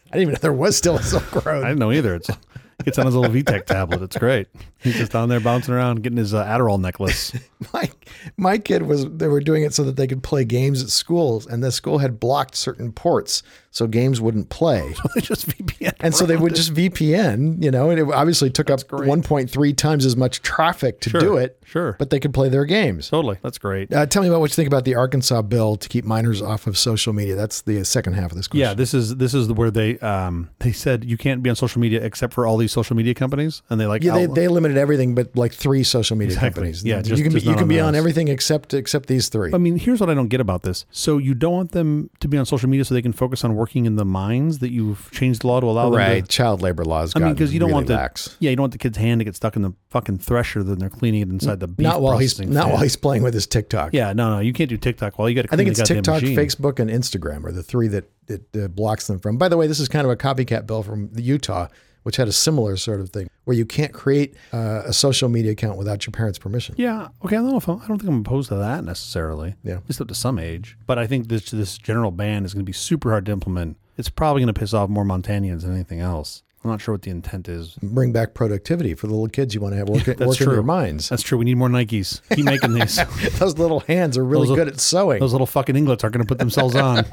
S2: I didn't even know there was still a Silk
S1: I
S2: Road.
S1: didn't know either. It's gets on his little VTech tablet. It's great. He's just down there bouncing around getting his uh, Adderall necklace.
S2: my, my kid was, they were doing it so that they could play games at schools, and the school had blocked certain ports so games wouldn't play.
S1: They just VPN.
S2: And so they would just VPN, you know, and it obviously took up 1.3 times as much traffic to do it,
S1: Sure.
S2: but they could play their games.
S1: totally. That's great.
S2: Uh, tell me about what you think about the Arkansas bill to keep minors off of social media. That's the second half of this
S1: Yeah,
S2: question.
S1: this is this is where they um they said you can't be on social media except for all these social media companies, and they like
S2: Yeah, they,
S1: out-
S2: they limited everything, but like three social media
S1: Exactly.
S2: companies.
S1: Yeah, just-
S2: you can be,
S1: just
S2: you
S1: not
S2: can
S1: on
S2: be on
S1: those.
S2: everything except except these three.
S1: I mean, here's what I don't get about this. So you don't want them to be on social media so they can focus on working in the mines that you've changed the law to allow them to.
S2: child labor laws.
S1: I mean, because you don't want the
S2: lax.
S1: yeah, you don't want the kid's hand to get stuck in the fucking thresher. Then they're cleaning it inside the beef
S2: not while he's
S1: processing
S2: not
S1: plant.
S2: while he's playing with his TikTok.
S1: Yeah, no, no, you can't do TikTok while you got to.
S2: I think it's
S1: the goddamn
S2: TikTok,
S1: machine.
S2: Facebook, and Instagram are the three that it uh, blocks them from. By the way, this is kind of a copycat bill from Utah, which had a similar sort of thing where you can't create uh, a social media account without your parents' permission.
S1: Yeah. Okay. I don't know if I'm, I don't think I'm opposed to that necessarily.
S2: Yeah.
S1: At least up to some age. But I think this this general ban is going to be super hard to implement. It's probably going to piss off more Montanians than anything else. I'm not sure what the intent is.
S2: bring back productivity for the little kids you want to have work, work in
S1: true.
S2: your minds.
S1: That's true. We need more Nikes. Keep making these.
S2: Those little hands are really
S1: Those are-
S2: good at sewing.
S1: Those little fucking inglets aren't going to put themselves on.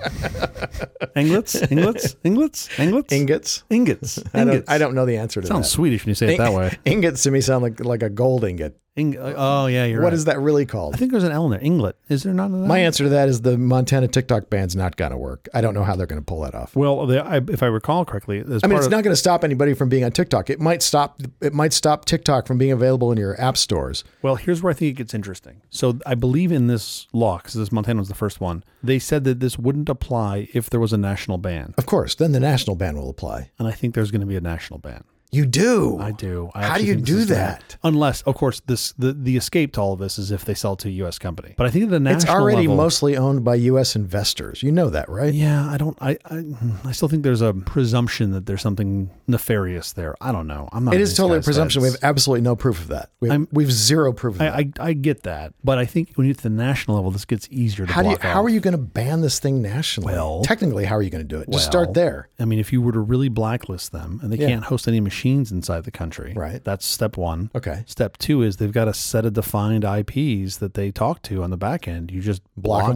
S1: Inglets, inglets, inglets, inglets,
S2: ingots.
S1: ingots. ingots.
S2: I don't, I don't know the answer to
S1: Sounds
S2: that.
S1: Swedish when you say it that way.
S2: Ingots to me sound like like a gold ingot.
S1: Ing- oh yeah, you're
S2: What
S1: right.
S2: is that really
S1: I
S2: called?
S1: think there's an L in there. Inglet. Is there not an L?
S2: My answer to that is the Montana TikTok ban's not going to work. I don't know how they're going to pull that off.
S1: well, the, I, if I recall correctly, as
S2: I mean,
S1: part
S2: it's
S1: of,
S2: not going to stop anybody from being on TikTok. It might stop it might stop TikTok from being available in your app stores.
S1: Well, here's where I think it gets interesting. So I believe in this law because this Montana was the first one. They said that this wouldn't apply if there was a national ban,
S2: Of course, then the national ban will apply.
S1: and I think there's going to be a national ban.
S2: You do.
S1: I do. I
S2: How do
S1: actually
S2: you
S1: think this
S2: do
S1: is gonna-
S2: that?
S1: Unless, of course, this the the escape to all of this is if they sell to a U.S. company. But I think at the national
S2: it's already
S1: level,
S2: mostly owned by U.S. investors. You know that, right?
S1: Yeah, I don't. I, I I still think there's a presumption that there's something nefarious there. I don't know. I'm not.
S2: It
S1: in
S2: is
S1: these
S2: totally a
S1: guys'
S2: presumption.
S1: heads.
S2: We have absolutely no proof of that. We have, we have zero proof of that.
S1: I, I I get that, but I think when you get to the national level, this gets easier to
S2: how do you,
S1: block off.
S2: how are you going to ban this thing nationally?
S1: Well-
S2: technically, how are you going to do it? Just
S1: Well,
S2: start there.
S1: I mean, if you were to really blacklist them and they can't host any machines inside the country.
S2: Right.
S1: That's step one.
S2: Okay.
S1: Step two is they've got a set of defined IPs that they talk to on the back end. You just
S2: Block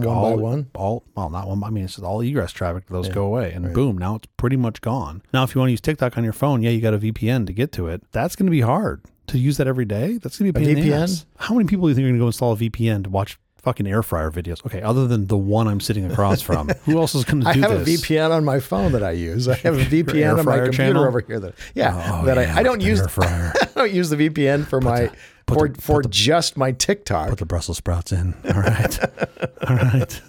S1: block
S2: 'em one by
S1: all,
S2: one?
S1: All well, not one. by- I mean, it's just all egress traffic. Those go away, and boom, now it's pretty much gone. Now, if you want to use TikTok on your phone, yeah, you got a VPN to get to it. That's going to be hard to use that every day. That's going to be a pain in the
S2: VPN?
S1: ass. How many people do you think are going to go install a VPN to watch? Fucking air fryer videos. Okay, other than the one I'm sitting across from, who else is going to do
S2: I have
S1: this?
S2: a VPN on my phone that I use. I have a
S1: air
S2: VPN on my
S1: fryer
S2: computer
S1: channel?
S2: over here. That yeah,
S1: Oh,
S2: that
S1: yeah,
S2: I, I don't
S1: the
S2: use.
S1: air fryer.
S2: I don't use the VPN for my for for just my TikTok.
S1: Put the Brussels sprouts in. All right, all right.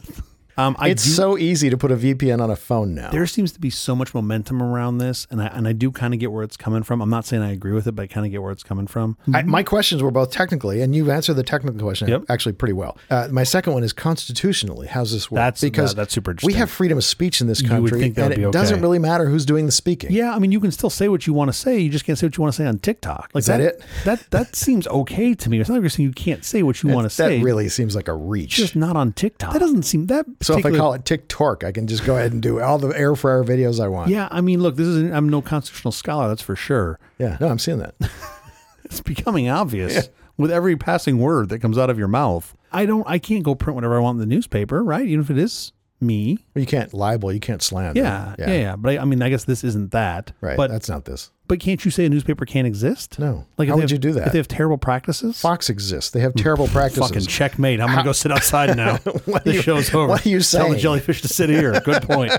S1: Um, I
S2: It's
S1: do
S2: so easy to put a VPN on a phone now.
S1: there seems to be so much momentum around this, and I and I do kind of get where it's coming from. I'm not saying I agree with it, but I kind of get where it's coming from.
S2: I, my questions were both technically, and you've answered the technical question
S1: Yep.
S2: actually pretty well. Uh, my second one is constitutionally, how's this work?
S1: That's-
S2: because
S1: that- that's super
S2: We
S1: interesting.
S2: have freedom of speech in this
S1: would
S2: country,
S1: think that
S2: and
S1: would
S2: it
S1: be
S2: doesn't
S1: okay.
S2: really matter who's doing the speaking.
S1: Yeah, I mean, you can still say what you want to say. You just can't say what you want to say on TikTok. Like Is
S2: that it?
S1: That that seems okay to me. It's not like you're saying you can't say what you want to
S2: that
S1: say.
S2: really seems like a reach.
S1: just not on TikTok. That doesn't seem that.
S2: so if I
S1: particular-
S2: call it TikTok, I can just go ahead and do all the air fryer videos I want.
S1: yeah, I mean, look, this is I'm no constitutional scholar, that's for sure.
S2: yeah. No, I'm seeing that.
S1: It's becoming obvious with every passing word that comes out of your mouth. I don't. I can't go print whatever I want in the newspaper, right? Even if it is me.
S2: you can't libel, you can't slander.
S1: Yeah, yeah, yeah. But I, I mean, I guess this isn't that.
S2: Right.
S1: But
S2: that's not this.
S1: But can't you say a newspaper can't exist?
S2: No.
S1: Like if
S2: How
S1: they
S2: would
S1: have-
S2: you do that?
S1: If they have terrible practices,
S2: Fox exists. They have terrible practices.
S1: fucking checkmate. I'm gonna go sit outside now.
S2: are
S1: this
S2: you-
S1: show's over.
S2: what are you
S1: Tell the
S2: saying?
S1: jellyfish to sit here. Good point.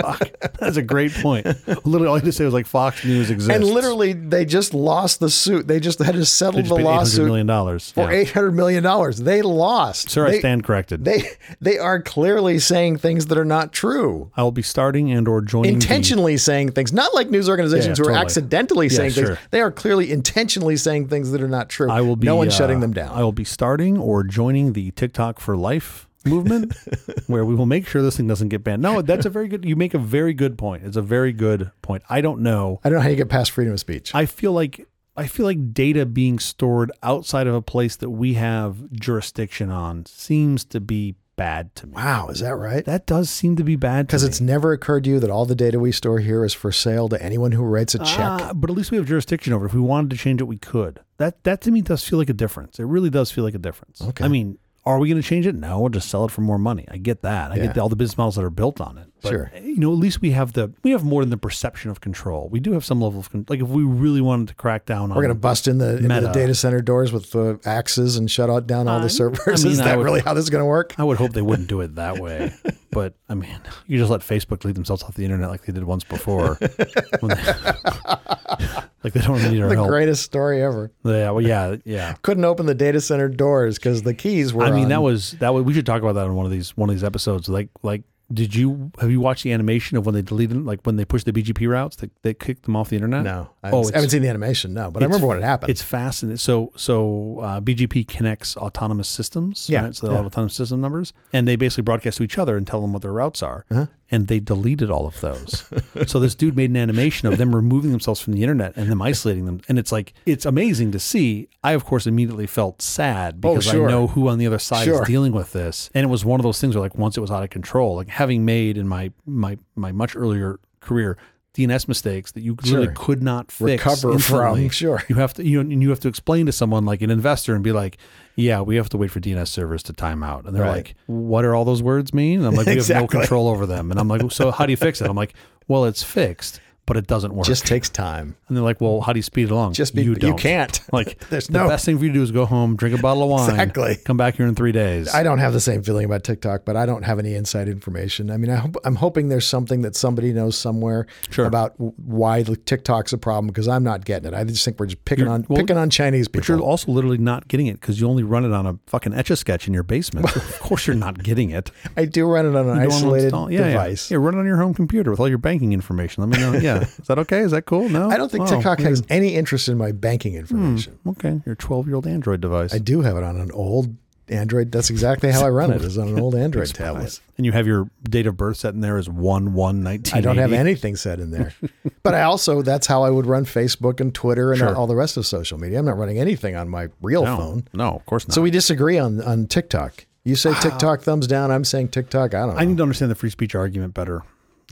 S1: Fuck, that's a great point. Literally, all you had to say was like Fox News exists.
S2: and literally, they just lost the suit. They just had to settle
S1: They just
S2: the
S1: paid eight hundred
S2: lawsuit
S1: million dollars.
S2: for eight hundred million dollars. They lost.
S1: Sir,
S2: they,
S1: I stand corrected.
S2: They they are clearly saying things that are not true.
S1: I will be starting and or joining the-
S2: Intentionally saying things, not like news organizations
S1: Yeah,
S2: who are
S1: totally.
S2: accidentally saying
S1: sure.
S2: things. They are clearly intentionally saying things that are not true.
S1: I will be
S2: no one
S1: uh,
S2: shutting them down.
S1: I will be starting or joining the TikTok for life movement, where we will make sure this thing doesn't get banned. No, that's a very good. You make a very good point. It's a very good point. I don't know.
S2: I don't know how you get past freedom of speech.
S1: I feel like I feel like data being stored outside of a place that we have jurisdiction on seems to be bad to me.
S2: wow, is that right?
S1: That does seem to be bad
S2: Because it's never occurred to you that all the data we store here is for sale to anyone who writes a check.
S1: Ah, but at least we have jurisdiction over it. If we wanted to change it, we could. That that to me does feel like a difference. It really does feel like a difference.
S2: Okay.
S1: I mean, are we going to change it? No, we'll just sell it for more money. I get that. I
S2: Yeah.
S1: get all the business models that are built on it. But, eh,
S2: Sure.
S1: You know, at least we have the we have more than the perception of control. We do have some level of con- like if we really wanted to crack down on.
S2: We're going to bust in the, into the
S1: Meta.
S2: data center doors with uh, axes and shut out down all
S1: I-
S2: the servers.
S1: I mean,
S2: is
S1: I
S2: that
S1: would-
S2: really how this is going to work?
S1: I would hope they wouldn't do it that way. But I mean, you just let Facebook lead themselves off the internet like they did once before. When they- like they don't really need our
S2: The
S1: help.
S2: greatest story ever.
S1: yeah, well, yeah, yeah.
S2: Couldn't open the data center doors because the keys were.
S1: I mean,
S2: on.
S1: that was that. Was, we should talk about that on one of these one of these episodes. Like, like, did you have you watched the animation of when they deleted, like when they pushed the BGP routes, they, they kicked them off the internet?
S2: no. I
S1: oh,
S2: haven't, I haven't
S1: it's,
S2: seen the animation. No, but I remember when it happened.
S1: it's fascinating. So, so uh, BGP connects autonomous systems.
S2: Yeah,
S1: right? So they all
S2: yeah.
S1: have autonomous system numbers, and they basically broadcast to each other and tell them what their routes are.
S2: Uh-huh.
S1: And they deleted all of those. so this dude made an animation of them removing themselves from the internet and them isolating them. And it's like it's amazing to see. I of course immediately felt sad because
S2: Oh, sure.
S1: I know who on the other side
S2: Sure.
S1: is dealing with this. And it was one of those things where like once it was out of control, like having made in my my my much earlier career DNS mistakes that you
S2: Sure.
S1: literally could not fix
S2: Recover from,
S1: instantly.
S2: sure.
S1: You have to you and you have to explain to someone like an investor and be like, yeah, we have to wait for DNS servers to time out. And they're
S2: Right.
S1: like, what are all those words mean? And I'm like, we have no
S2: Exactly.
S1: control over them. And I'm like, so how do you fix it? I'm like, well, it's fixed, but it doesn't work.
S2: just takes time.
S1: and they're like, well, how do you speed it along?
S2: Just be, you,
S1: don't.
S2: can't.
S1: Like
S2: There's
S1: the
S2: no-
S1: best thing for you to do is go home, drink a bottle of wine,
S2: Exactly.
S1: come back here in three days.
S2: I don't have the same feeling about TikTok, but I don't have any inside information. I mean, I hope, I'm hoping there's something that somebody knows somewhere
S1: Sure.
S2: about w- why the TikTok's a problem because I'm not getting it. I just think we're just picking on
S1: well,
S2: picking on Chinese
S1: But you're
S2: people.
S1: also literally not getting it because you only run it on a fucking etch a sketch in your basement. of course, you're not getting it.
S2: I do run it on an
S1: Go on and
S2: isolated
S1: install- yeah, yeah.
S2: device.
S1: Yeah. run it on your home computer with all your banking information. Let me know. Yeah, is that okay? Is that cool? No,
S2: I don't think
S1: Wow.
S2: TikTok has any interest in my
S1: Hmm.
S2: banking information.
S1: Okay, your 12 year old Android device.
S2: I do have it on an old Android. That's exactly how I run it. Is on an old Android tablet.
S1: Nice. And you have your date of birth set in there as 1 1
S2: I don't have anything said in there. but I also, that's how I would run Facebook and Twitter and
S1: Sure.
S2: all the rest of social media. I'm not running anything on my real
S1: No,
S2: phone.
S1: no, of course not.
S2: So we disagree on, on TikTok. You say TikTok thumbs down. I'm saying TikTok. I don't know.
S1: I need to understand the free speech argument better.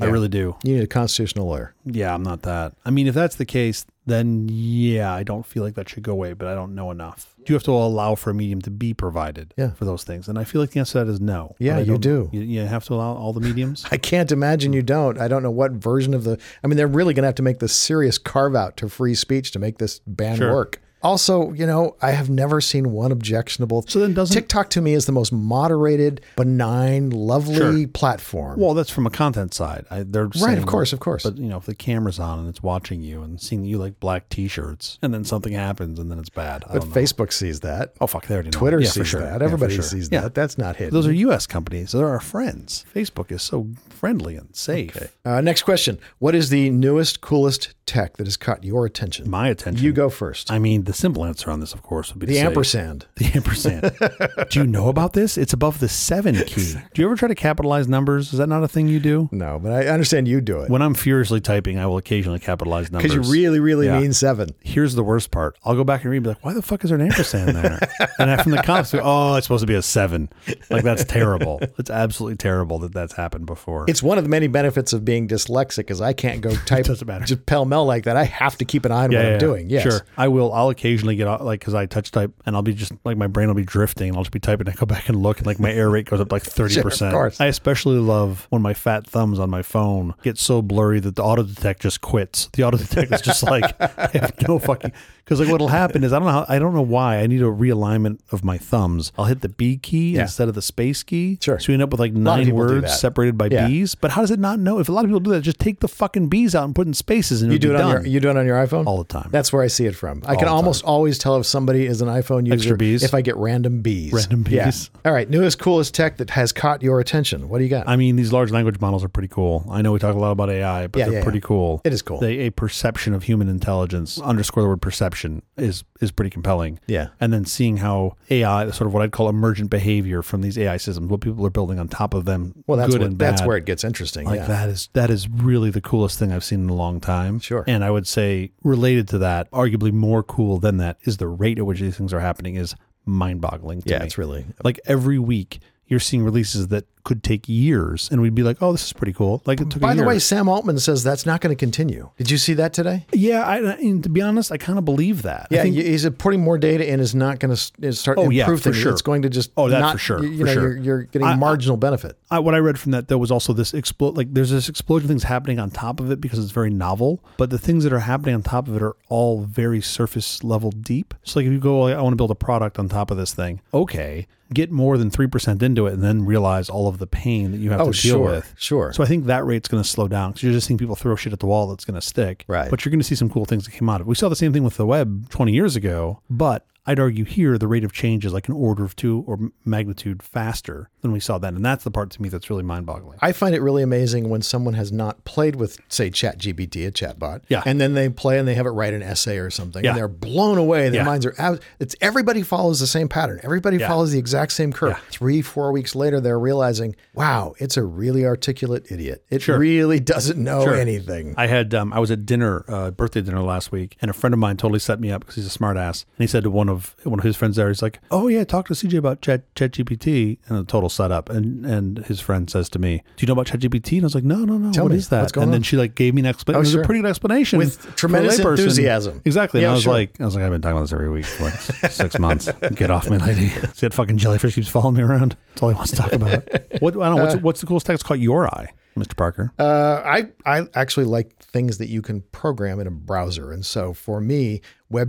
S1: I really do.
S2: you need a constitutional lawyer.
S1: Yeah, I'm not that. I mean, if that's the case, then yeah, I don't feel like that should go away, but I don't know enough. Do you have to allow for a medium to be provided
S2: Yeah.
S1: for those things? And I feel like the answer to that is no.
S2: Yeah,
S1: But I
S2: you
S1: don't-
S2: do.
S1: You, you have to allow all the mediums.
S2: I can't imagine you don't. I don't know what version of the. I mean, they're really going to have to make this serious carve out to free speech to make this ban
S1: Sure.
S2: work. Also, you know, I have never seen one objectionable.
S1: So then doesn't-
S2: TikTok to me is the most moderated, benign, lovely platform.
S1: well, that's from a content side. I, they're
S2: right,
S1: saying-
S2: of course, of course.
S1: But you know, if the camera's on and it's watching you and seeing that you like black T-shirts, and then something happens and then it's bad. I
S2: but
S1: don't know.
S2: Facebook sees that.
S1: oh fuck, they already know.
S2: Twitter
S1: Yeah, for
S2: sees
S1: sure. Yeah,
S2: that.
S1: for
S2: Everybody
S1: sure.
S2: sees
S1: Yeah.
S2: that. That's not hidden.
S1: Those are U.S. companies. They're our friends. Facebook is so friendly and safe.
S2: uh, next question: What is the newest, coolest tech that has caught your attention?
S1: My attention.
S2: you go first.
S1: I mean, the simple answer on this, of course, would be to
S2: the
S1: say-
S2: ampersand.
S1: The ampersand. do you know about this? It's above the seven key. Do you ever try to capitalize numbers? Is that not a thing you do?
S2: No, but I understand you do it
S1: When I'm furiously typing, I will occasionally capitalize numbers.
S2: because you really, really
S1: Yeah.
S2: mean seven.
S1: Here's the worst part. I'll go back and read, and be like, why the fuck is there an ampersand there? and I, from the cops, oh, it's supposed to be a seven. Like, that's terrible. It's absolutely terrible that that's happened before.
S2: It's one of the many benefits of being dyslexic because I can't go type
S1: Doesn't matter.
S2: just pell mell like that. I have to keep an eye on what I'm doing. Yes.
S1: Sure. I will. I'll occasionally get out, like, because I touch type and I'll be just like, my brain will be drifting and I'll just be typing. I go back and look and like my error rate goes up like 30%.
S2: Sure, of course.
S1: I especially love when my fat thumbs on my phone get so blurry that the auto detect just quits. The auto detect is just like, I have no fucking. Because like what'll happen is I don't know how, I don't know why I need a realignment of my thumbs. I'll hit the B key instead of the space key.
S2: Sure.
S1: So you end up with like
S2: lot of
S1: nine
S2: people do
S1: words
S2: that.
S1: separated by
S2: Yeah.
S1: B's. But how does it not know? If a lot of people do that, just take the fucking B's out and put in spaces and
S2: You do it on
S1: done
S2: your you do it on your iPhone
S1: all the time.
S2: That's where I see it from. I can
S1: the
S2: almost always tell if somebody is an iPhone user
S1: Extra bees?
S2: if I get random bees.
S1: Random
S2: Yeah.
S1: bees.
S2: All right, newest coolest tech that has caught your attention. What do you got?
S1: I mean, these large language models are pretty cool. I know we talk a lot about AI, but
S2: Yeah,
S1: they're
S2: yeah,
S1: pretty
S2: yeah.
S1: cool.
S2: It is cool.
S1: They, a perception of human intelligence, underscore the word perception, is is pretty compelling.
S2: Yeah.
S1: And then seeing how AI, sort of what I'd call emergent behavior from these AI systems, what people are building on top of them,
S2: well, that's
S1: good
S2: what,
S1: and
S2: that's
S1: bad,
S2: where it gets interesting.
S1: Like
S2: yeah.
S1: that is that is really the coolest thing I've seen in a long time.
S2: Sure.
S1: And I would say related to that, arguably more cool than that is the rate at which these things are happening is mind-boggling to
S2: Yeah,
S1: me.
S2: it's really
S1: Like every week, you're seeing releases that could take years, and we'd be like, "Oh, this is pretty cool." Like it took.
S2: By
S1: a
S2: the
S1: year.
S2: way, Sam Altman says that's not going to continue. Did you see that today?
S1: yeah, I, and to be honest, I kind of believe that. I
S2: Yeah,
S1: think-
S2: he's putting more data in is not going to start
S1: Oh,
S2: improve
S1: yeah, for
S2: things.
S1: sure.
S2: It's going to just
S1: Oh, that's
S2: not,
S1: for sure,
S2: You, you
S1: for
S2: know,
S1: sure.
S2: you're, you're getting
S1: I- I-
S2: marginal benefit.
S1: I, what I read from that though was also this explode. Like there's this explosion of things happening on top of it because it's very novel, but the things that are happening on top of it are all very surface level deep. So like if you go, like, I want to build a product on top of this thing. Okay, get more than three percent into it, and then realize all of the pain that you have
S2: Oh,
S1: to deal
S2: sure,
S1: with.
S2: sure.
S1: So I think that rate's going to slow down because you're just seeing people throw shit at the wall that's going to stick.
S2: Right.
S1: But you're going to see some cool things that came out of it. We saw the same thing with the web 20 years ago, but I'd argue here the rate of change is like an order of two or m- magnitude faster than we saw then. And that's the part to me that's really mind boggling.
S2: I find it really amazing when someone has not played with, say, ChatGPT, a chatbot,
S1: Yeah.
S2: and then they play and they have it write an essay or something,
S1: Yeah.
S2: and they're blown away. Their
S1: Yeah.
S2: minds are out. It's everybody follows the same pattern. Everybody follows the exact same curve. Three, four weeks later, they're realizing, wow, it's a really articulate idiot. It really doesn't know anything.
S1: I had um, I was at dinner, uh, birthday dinner last week, and a friend of mine totally set me up because he's a smartass. And he said to one of one of his friends there, he's like, "Oh yeah, talk to CJ about Chat ChatGPT," and a total setup. And and his friend says to me, "Do you know about ChatGPT?" And I was like, "No, no, no.
S2: Tell
S1: what
S2: me.
S1: is that?"
S2: What's going
S1: and
S2: on? Oh,
S1: then she like gave me an explanation. it was
S2: sure.
S1: a pretty good explanation
S2: With
S1: for a
S2: tremendous
S1: layperson.
S2: enthusiasm.
S1: Exactly.
S2: Yeah,
S1: and I was
S2: sure.
S1: like, I was like, I've been talking about this every week for like six months. Get off me, lady. See that fucking jellyfish keeps following me around. That's all he wants to talk about. What I don't know. What's, what's the coolest tech? It's called Your Eye, Mr. Parker.
S2: Uh, I I actually like things that you can program in a browser, and so for me,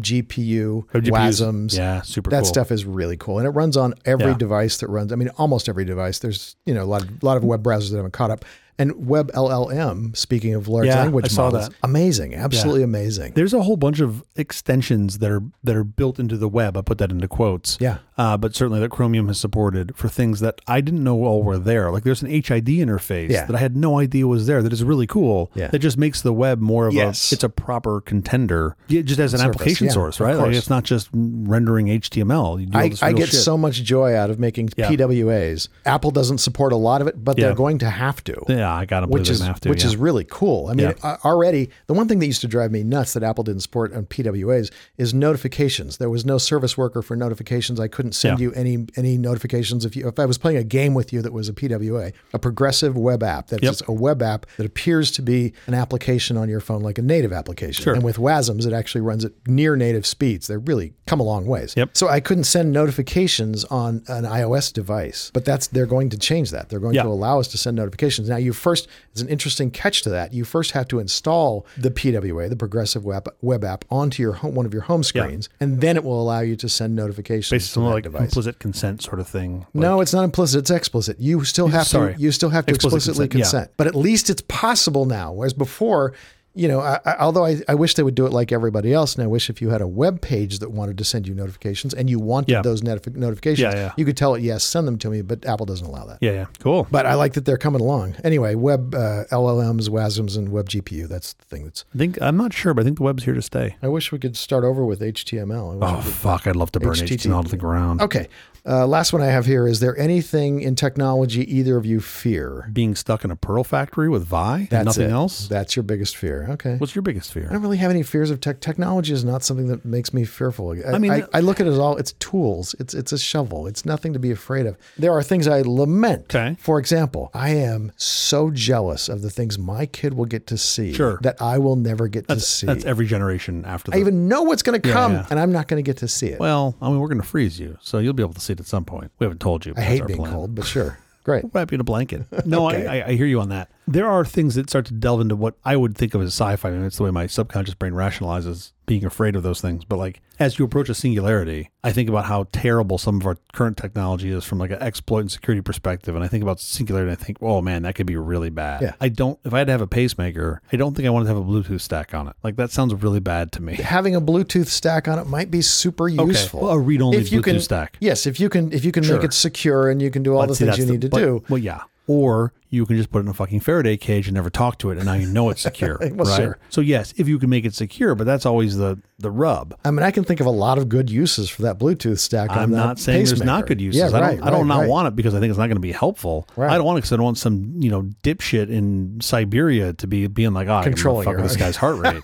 S2: WebGPU,
S1: WebGPUs.
S2: WASMs,
S1: Yeah, super
S2: that
S1: cool.
S2: stuff is really cool, and it runs on every
S1: Yeah.
S2: device that runs. I mean, almost every device. There's you know a lot of, lot of web browsers that haven't caught up, and Web LLM. Speaking of large
S1: Yeah,
S2: language
S1: I saw
S2: models,
S1: that.
S2: amazing, absolutely amazing.
S1: There's a whole bunch of extensions that are that are built into the web. I put that into quotes.
S2: Yeah.
S1: Uh, but certainly that Chromium has supported for things that I didn't know all were there. Like there's an HID interface
S2: Yeah.
S1: that I had no idea was there. That is really cool.
S2: Yeah.
S1: That just makes the web more of
S2: Yes.
S1: a. It's a proper contender. Yeah, just as an documentation
S2: yeah,
S1: source,
S2: of
S1: right? Like
S2: course.
S1: it's not just rendering HTML. You do all
S2: I,
S1: this
S2: I
S1: real
S2: get
S1: shit.
S2: so much joy out of making
S1: Yeah.
S2: PWAs. Apple doesn't support a lot of it, but
S1: Yeah.
S2: they're going to have to.
S1: yeah, I gotta believe
S2: which
S1: they
S2: is
S1: have to.
S2: which
S1: yeah.
S2: is really cool. I mean,
S1: Yeah.
S2: a- already the one thing that used to drive me nuts that Apple didn't support on PWAs is notifications. There was no service worker for notifications. I couldn't send
S1: Yeah.
S2: you any any notifications if you if I was playing a game with you that was a PWA, a progressive web app. That's
S1: Yep.
S2: just a web app that appears to be an application on your phone, like a native application.
S1: Sure.
S2: And with WASMs, it actually runs at near native speeds. They've really come a long ways.
S1: Yep.
S2: So I couldn't send notifications on an iOS device, but that's they're going to change that. They're going
S1: Yeah.
S2: to allow us to send notifications. Now, you first, it's an interesting catch to that. You first have to install the PWA, the Progressive Web, web app, onto your home, one of your home screens, and then it will allow you to send notifications
S1: basically
S2: to
S1: some
S2: that
S1: like
S2: device.
S1: implicit consent sort of thing.
S2: no, it's not implicit. It's explicit. You still have
S1: sorry.
S2: to. You still have to
S1: Explicit
S2: explicitly
S1: consent, yeah.
S2: consent. But at least it's possible now. Whereas before, you know, I, I, although I, I wish they would do it like everybody else, and I wish if you had a web page that wanted to send you notifications and you wanted
S1: Yeah.
S2: those notifi- notifications,
S1: Yeah, yeah.
S2: you could tell it yes, send them to me. But Apple doesn't allow that.
S1: Yeah, yeah, cool.
S2: But I like that they're coming along. Anyway, web uh, LLMs, WASMs, and web GPU. That's the thing that's.
S1: I think I'm not sure, but I think the web's here to stay.
S2: I wish we could start over with HTML. I wish
S1: Oh fuck! I'd love to burn
S2: HTTP.
S1: HTML to the ground.
S2: Okay. Uh, last one I have here. Is there anything in technology either of you fear?
S1: Being stuck in a pearl factory with Vi and
S2: That's
S1: nothing
S2: it.
S1: else.
S2: That's your biggest fear. Okay.
S1: What's your biggest
S2: I
S1: fear?
S2: don't really have any fears of tech. Technology is not something that makes me fearful. I,
S1: mean- uh,
S2: mean, I, I look at it as all it's tools. It's it's a shovel. It's nothing to be afraid of. There are things I lament.
S1: Okay.
S2: For example, I am so jealous of the things my kid will get to see
S1: Sure.
S2: that I will never get to see.
S1: That's every generation after. The,
S2: I even know what's going to come,
S1: yeah.
S2: and I'm not going to get to see it.
S1: well, I mean, we're going to freeze you, so you'll be able to see it at some point. We haven't told you.
S2: I hate being cold, but sure, great.
S1: Wrap you in a blanket. No, I I, I hear you on that. There are things that start to delve into what I would think of as sci-fi, and it's the way my subconscious brain rationalizes being afraid of those things. But like as you approach a singularity, I think about how terrible some of our current technology is from like an exploit and security perspective, and I think about singularity. and I think, oh man, that could be really bad.
S2: Yeah.
S1: I don't. If I had to have a pacemaker, I don't think I wanted to have a Bluetooth stack on it. Like that sounds really bad to me.
S2: having a Bluetooth stack on it might be super useful.
S1: Well, a read-only
S2: If you
S1: Bluetooth
S2: can-
S1: stack.
S2: Yes, if you can if you can
S1: Sure.
S2: make it secure and you can do all
S1: But see,
S2: the things
S1: that's
S2: you
S1: the-
S2: need to
S1: but-
S2: do.
S1: Well, yeah. Or you can just put it in a fucking Faraday cage and never talk to it, and now you know it's secure,
S2: Well,
S1: right?
S2: sure.
S1: So yes, if you can make it secure, but that's always the the rub.
S2: I mean, I can think of a lot of good uses for that Bluetooth stack. on
S1: I'm
S2: that
S1: not saying there's not
S2: pacemaker.
S1: good uses.
S2: Yeah,
S1: I don't.
S2: right,
S1: I don't
S2: right,
S1: not
S2: right.
S1: want it because I think it's not going to be helpful.
S2: Right.
S1: I don't want it because I don't want some you know dipshit in Siberia to be being like, oh,
S2: Controlling
S1: controlling
S2: your
S1: this guy's heart rate,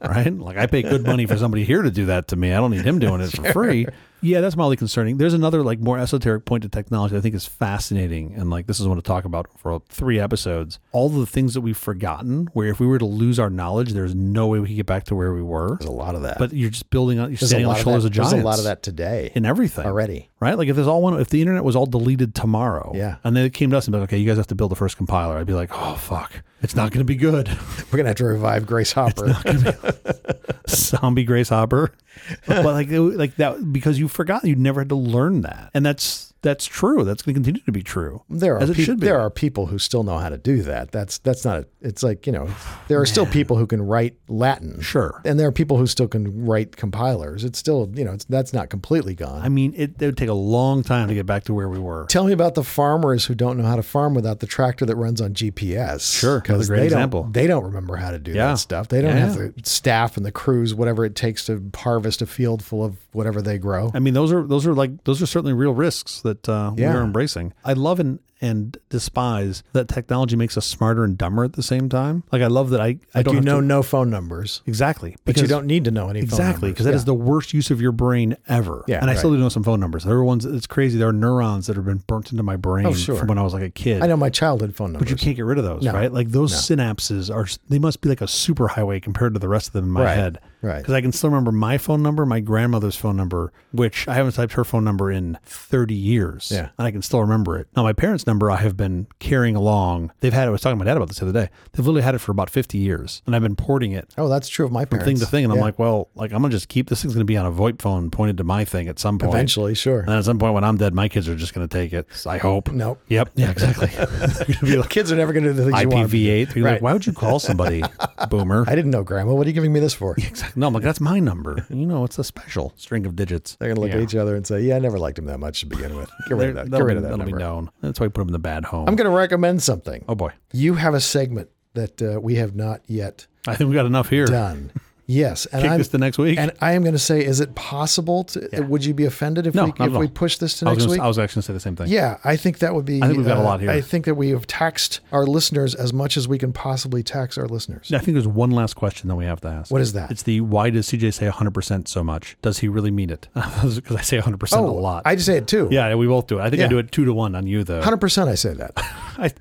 S1: right? Like I pay good money for somebody here to do that to me. I don't need him doing it for free. Yeah, that's mildly concerning. There's another like more esoteric point to technology that I think is fascinating, and like this is what I talk about for three episodes. All the things that we've forgotten, where if we were to lose our knowledge, there's no way we could get back to where we were.
S2: There's a lot of that.
S1: But you're just building on, you're
S2: there's
S1: standing on the
S2: of
S1: shoulders
S2: that.
S1: of giants
S2: There's a lot of that today
S1: in everything
S2: already.
S1: right? Like if there's all one, if the internet was all deleted tomorrow,
S2: Yeah.
S1: and then it came to us and be like, okay, you guys have to build the first compiler. I'd be like, oh fuck, it's not going to be good.
S2: We're gonna have to revive Grace Hopper.
S1: Zombie Grace Hopper, but like it- like that because you forgot you never had to learn that, and that's that's true. That's going to continue to be true.
S2: There are
S1: as it
S2: peop-
S1: should be.
S2: there are people who still know how to do that. That's that's not. A, it's like you know, there are still people who can write Latin.
S1: sure.
S2: And there are people who still can write compilers. It's still, you know, it's, that's not completely gone.
S1: I mean, it, it would take a long time to get back to where we were.
S2: Tell me about the farmers who don't know how to farm without the tractor that runs on GPS.
S1: Sure, another
S2: because
S1: great
S2: they
S1: example.
S2: don't they don't remember how to do
S1: Yeah.
S2: that stuff. They don't
S1: Yeah.
S2: have the staff and the crews, whatever it takes to harvest a field full of whatever they grow.
S1: I mean, those are those are like those are certainly real risks that uh, we
S2: Yeah.
S1: are embracing. I love and and despise that technology makes us smarter and dumber at the same time. Like I love that I I don't
S2: you
S1: have
S2: know
S1: to,
S2: no phone numbers,
S1: exactly,
S2: but you
S1: because-
S2: don't need to know any
S1: Exactly,
S2: phone numbers.
S1: because that is the worst use of your brain ever.
S2: Yeah,
S1: and I
S2: right.
S1: still do know some phone numbers. There are ones. It's crazy. There are neurons that have been burnt into my brain
S2: Oh, sure.
S1: from when I was like a kid.
S2: I know my childhood phone numbers.
S1: But you can't get rid of those,
S2: No.
S1: right? Like those synapses are. They must be like a superhighway compared to the rest of them in my
S2: Right,
S1: head.
S2: right.
S1: Because I can still remember my phone number, my grandmother's phone number, which I haven't typed her phone number in 30 years.
S2: Yeah.
S1: And I can still remember it. Now, my parents' number I have been carrying along. They've had it. I was talking to my dad about this the other day. They've literally had it for about 50 years. And I've been porting it
S2: oh, that's true of my parents.
S1: thing to thing. And I'm
S2: Yeah.
S1: like, well, like I'm gonna just keep this thing's gonna be on a VoIP phone pointed to my thing at some point.
S2: eventually, sure.
S1: And then at some point when I'm dead, my kids are just gonna take it. I hope.
S2: Nope.
S1: Yep. Yeah, exactly. They're gonna be like
S2: Kids are never going to do the things you want. them to do.
S1: IPv8. You're like,
S2: Right.
S1: why would you call somebody boomer?
S2: I didn't know, Grandma. What are you giving me this for?
S1: No, I'm like, that's my number. You know, it's a special string of digits.
S2: They're going to look at
S1: Yeah.
S2: each other and say, "Yeah, I never liked him that much to begin with. Get rid of that. Get
S1: That'll
S2: rid
S1: be-
S2: of that
S1: That'll
S2: number."
S1: be known. That's why we put them in the bad home.
S2: I'm going to recommend something.
S1: oh boy.
S2: You have a segment that uh, we have not yet
S1: I think we got enough here.
S2: done. Yes, and
S1: Kick
S2: I'm
S1: this to next week.
S2: and I am going to say, is it possible to? Would you be offended if
S1: No,
S2: we
S1: not at
S2: if we
S1: all.
S2: push this to
S1: I was,
S2: next
S1: gonna-
S2: week?
S1: I was actually going to say the same thing.
S2: yeah, I think that would be. uh,
S1: I think we've got a lot here.
S2: I think that we have taxed our listeners as much as we can possibly tax our listeners.
S1: I think there's one last question that we have to ask.
S2: What is that?
S1: It's the why does CJ say 100% so much? Does he really mean it? Because I say 100% a lot.
S2: Oh, I say it too.
S1: yeah, we both do it. I think
S2: Yeah.
S1: I do it two to one on you, though.
S2: hundred percent. I say that.
S1: I,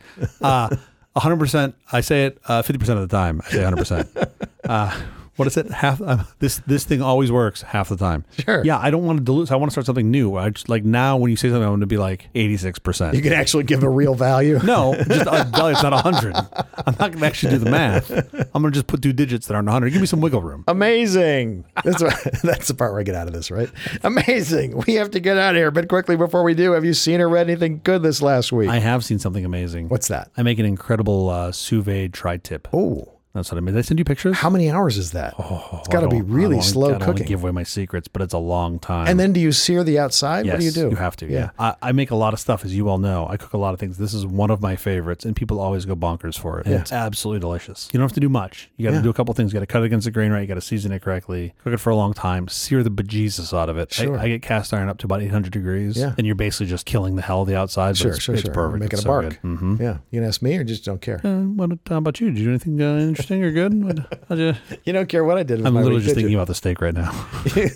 S1: uh, 100%. I say it uh, 50% of the time. I say 100%. uh, what is it? Half uh, this this thing always works half the time.
S2: Sure.
S1: Yeah, I don't want to dilute. I want to start something new. I just like now when you say something, I want to be like 86%.
S2: You can actually give a real value.
S1: No, just a value it's not 100. I'm not going to actually do the math. I'm going to just put two digits that aren't 100. Give me some wiggle room.
S2: Amazing. That's what, that's the part where I get out of this, right? Amazing. We have to get out of here, but quickly before we do, have you seen or read anything good this last week?
S1: I have seen something amazing.
S2: What's that?
S1: I make an incredible uh, sous vide tri tip.
S2: Oh,
S1: That's what I made. Did I send you pictures?
S2: how many hours is that?
S1: Oh,
S2: it's got to
S1: I
S2: be
S1: don't- I
S2: really
S1: don't- I
S2: slow
S1: don't wanna
S2: cooking.
S1: give away my secrets, but it's a long time.
S2: and then do you sear the outside? what do you
S1: Yes,
S2: do?
S1: You have to. Yeah. I, I make a lot of stuff, as you all know. I cook a lot of things. This is one of my favorites, and people always go bonkers for it. It's absolutely delicious. You don't have to do much. You got to do a couple things. You got to cut it against the grain right. You got to season it correctly. Cook it for a long time. Sear the bejesus out of it. I-
S2: Sure.
S1: I, get cast iron up to about 800 degrees.
S2: Yeah.
S1: And you're basically just killing the hell of the outside.
S2: Sure,
S1: but it's,
S2: sure,
S1: it's
S2: sure.
S1: perfect.
S2: Make it
S1: It's
S2: a
S1: so
S2: bark.
S1: good. Mhm.
S2: Yeah. You gonna ask me or just don't care?
S1: Uh, what how about you? Did you do anything uh, interesting or good? What, how'd you,
S2: You don't care what I did with
S1: I'm
S2: my
S1: literally
S2: week,
S1: just
S2: did
S1: thinking
S2: you?
S1: about the steak right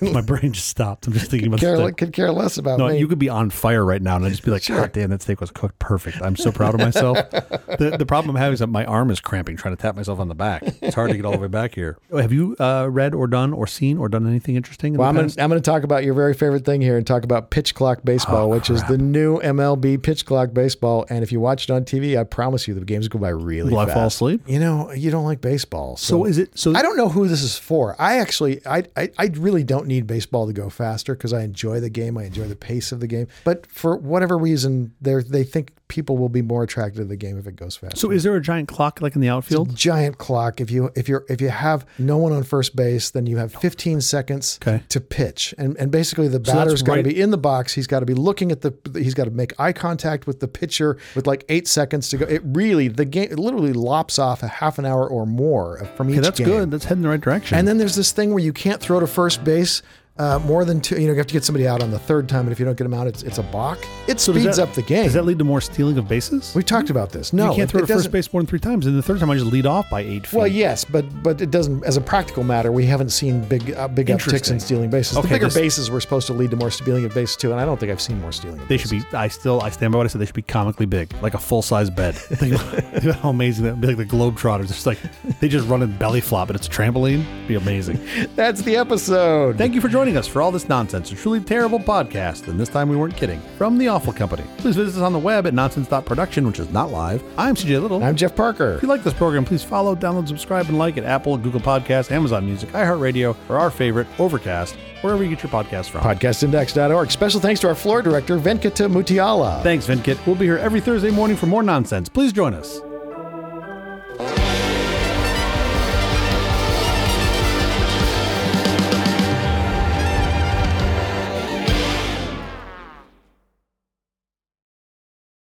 S1: now. my brain just stopped. I'm just thinking about the
S2: Care,
S1: steak.
S2: could care less about
S1: No,
S2: me.
S1: you could be on fire right now, and I'd just be like, God damn, that steak was cooked perfect. I'm so proud of myself. the, the problem I'm having is that my arm is cramping trying to tap myself on the back. It's hard to get all the way back here. Have you uh, read or done or seen or done anything interesting? In
S2: Well, I'm
S1: the
S2: going
S1: past?
S2: to I'm gonna talk about your very favorite thing here and talk about pitch clock
S1: Oh,
S2: baseball, which is the new MLB pitch clock baseball. And if you watch it on TV, I promise you the games go by really
S1: Will I
S2: fast.
S1: fall asleep?
S2: You know, you don't like baseball. So,
S1: so is it? So
S2: I don't know who this is for. I actually, I, I, I really don't need baseball to go faster because I enjoy the game. I enjoy the pace of the game. But for whatever reason, they they think people will be more attracted to the game if it goes faster.
S1: so is there a giant clock like in the outfield?
S2: giant clock. If you if you if you have no one on first base, then you have 15 seconds
S1: Okay.
S2: to pitch, and and basically the
S1: that's
S2: batter's got to
S1: right-
S2: be in the box. He's got to be looking at the. He's got to make eye contact with the pitcher with like eight seconds to go. It really the game it literally lops off a half an hour or more of- from each.
S1: Okay, that's
S2: game.
S1: good. That's heading the right direction.
S2: And then there's this thing where you can't throw to first base. Uh, more than two, you know, you have to get somebody out on the third time, and if you don't get them out, it's it's a balk. It
S1: does
S2: speeds
S1: that-
S2: up the game.
S1: Does that lead to more stealing of bases?
S2: We've talked about this. No,
S1: you can't
S2: it-
S1: throw
S2: it
S1: to first
S2: doesn't-
S1: base more than three times, and the third time I just lead off by eight feet.
S2: Well, yes, but but it doesn't. As a practical matter, we haven't seen big uh, big upticks in
S1: Interesting.
S2: stealing bases. the
S1: Okay,
S2: bigger
S1: this-
S2: bases were supposed to lead to more stealing of bases too, and I don't think I've seen more stealing. Of
S1: They should be. I still. I stand by what I said. They should be comically big, like a full size bed. Think about how amazing that would be! Like the Globetrotters, just like they just run and belly flop, and it's a trampoline. It'd be amazing.
S2: bases. That's the episode.
S1: Thank you for joining us for all this nonsense. A truly terrible podcast, and this time we weren't kidding. From the Awful Company. Please visit us on the web at nonsense.production, which is not live. I'm CJ Little.
S2: I'm Jeff Parker.
S1: if you like this program, please follow, download, subscribe, and like at Apple, Google Podcasts, Amazon Music, iHeartRadio, or our favorite, Overcast, wherever you get your podcasts from.
S2: Podcastindex.org. Special thanks to our floor director Venkata Mutiala.
S1: Thanks, Venkit. We'll be here every Thursday morning for more nonsense. Please join us.